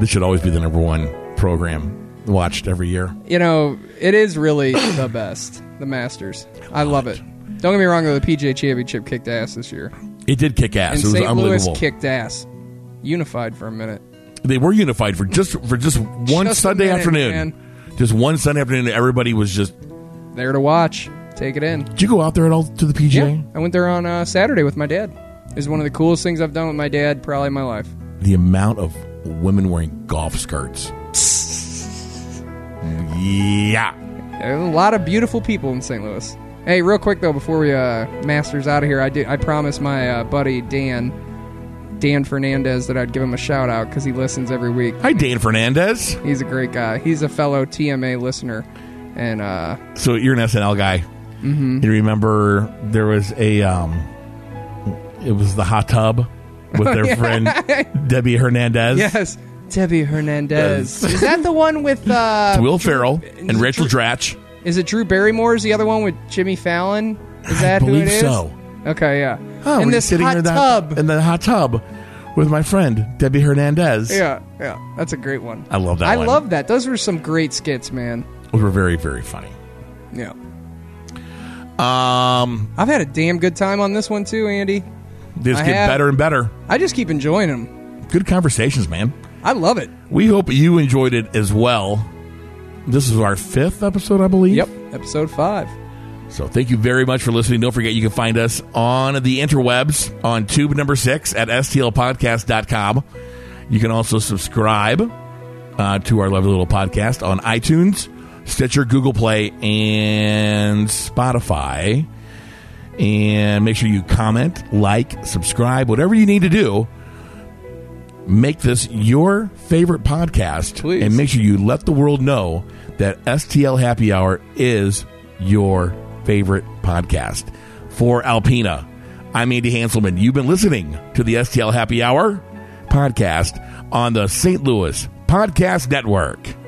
Speaker 1: This should always be the number one program watched every year.
Speaker 4: you know, it is really the best. The Masters, I love it. Don't get me wrong, though. The PGA Championship kicked ass this year,
Speaker 1: It did kick ass.
Speaker 4: and
Speaker 1: it was
Speaker 4: St. Louis
Speaker 1: unbelievable.
Speaker 4: kicked ass. Unified for a minute.
Speaker 1: they were unified for just for just one
Speaker 4: Just a
Speaker 1: Sunday
Speaker 4: minute,
Speaker 1: afternoon.
Speaker 4: man.
Speaker 1: Just one Sunday afternoon, everybody was just.
Speaker 4: There to watch. Take it in.
Speaker 1: Did you go out there at all to the
Speaker 4: Yeah,
Speaker 1: PGA?
Speaker 4: I went there on uh, Saturday with my dad. It was one of the coolest things I've done with my dad, probably in my life.
Speaker 1: The amount of women wearing golf skirts. yeah,
Speaker 4: There are a lot of beautiful people in St. Louis. Hey, real quick though, before we uh, masters out of here, I did I promised my uh, buddy Dan, Dan Fernandez, that I'd give him a shout out because he listens every week.
Speaker 1: hi Dan Fernandez.
Speaker 4: He's a great guy. He's a fellow TMA listener, and uh,
Speaker 1: So you're an SNL guy. Mm-hmm. You remember there was a um, it was the hot tub with their friend Debbie Hernandez.
Speaker 4: yes, Debbie Hernandez. Is that the one with?
Speaker 1: It's
Speaker 4: Uh,
Speaker 1: Will Ferrell and Rachel Dratch.
Speaker 4: is it Drew Barrymore? Is the other one with Jimmy Fallon? Is that who
Speaker 1: believe
Speaker 4: it is?
Speaker 1: so.
Speaker 4: Okay, yeah.
Speaker 1: Oh,
Speaker 4: in
Speaker 1: we're
Speaker 4: this
Speaker 1: sitting
Speaker 4: hot
Speaker 1: in that,
Speaker 4: tub.
Speaker 1: in the hot tub with my friend Debbie Hernandez.
Speaker 4: yeah, yeah, that's a great one.
Speaker 1: I love that
Speaker 4: I
Speaker 1: one.
Speaker 4: love that. Those were some great skits, man.
Speaker 1: those were very very funny.
Speaker 4: Yeah.
Speaker 1: Um,
Speaker 4: I've had a damn good time on this one too, Andy.
Speaker 1: they just
Speaker 4: I
Speaker 1: get
Speaker 4: have-
Speaker 1: better and better.
Speaker 4: I just keep enjoying them.
Speaker 1: Good conversations, man.
Speaker 4: I love it.
Speaker 1: We hope you enjoyed it as well. This is our fifth episode, I believe.
Speaker 4: Yep. Episode five.
Speaker 1: So thank you very much for listening. Don't forget you can find us on the interwebs on tube number six at stlpodcast.com. You can also subscribe uh, to our lovely little podcast on iTunes, Stitcher, Google Play, and Spotify. And make sure you comment, like, subscribe, whatever you need to do. Make this your favorite podcast.
Speaker 4: Please.
Speaker 1: And make sure you let the world know that STL Happy Hour is your favorite podcast. For Alpina, I'm Andy Hanselman. You've been listening to the STL Happy Hour podcast on the St. Louis Podcast Network.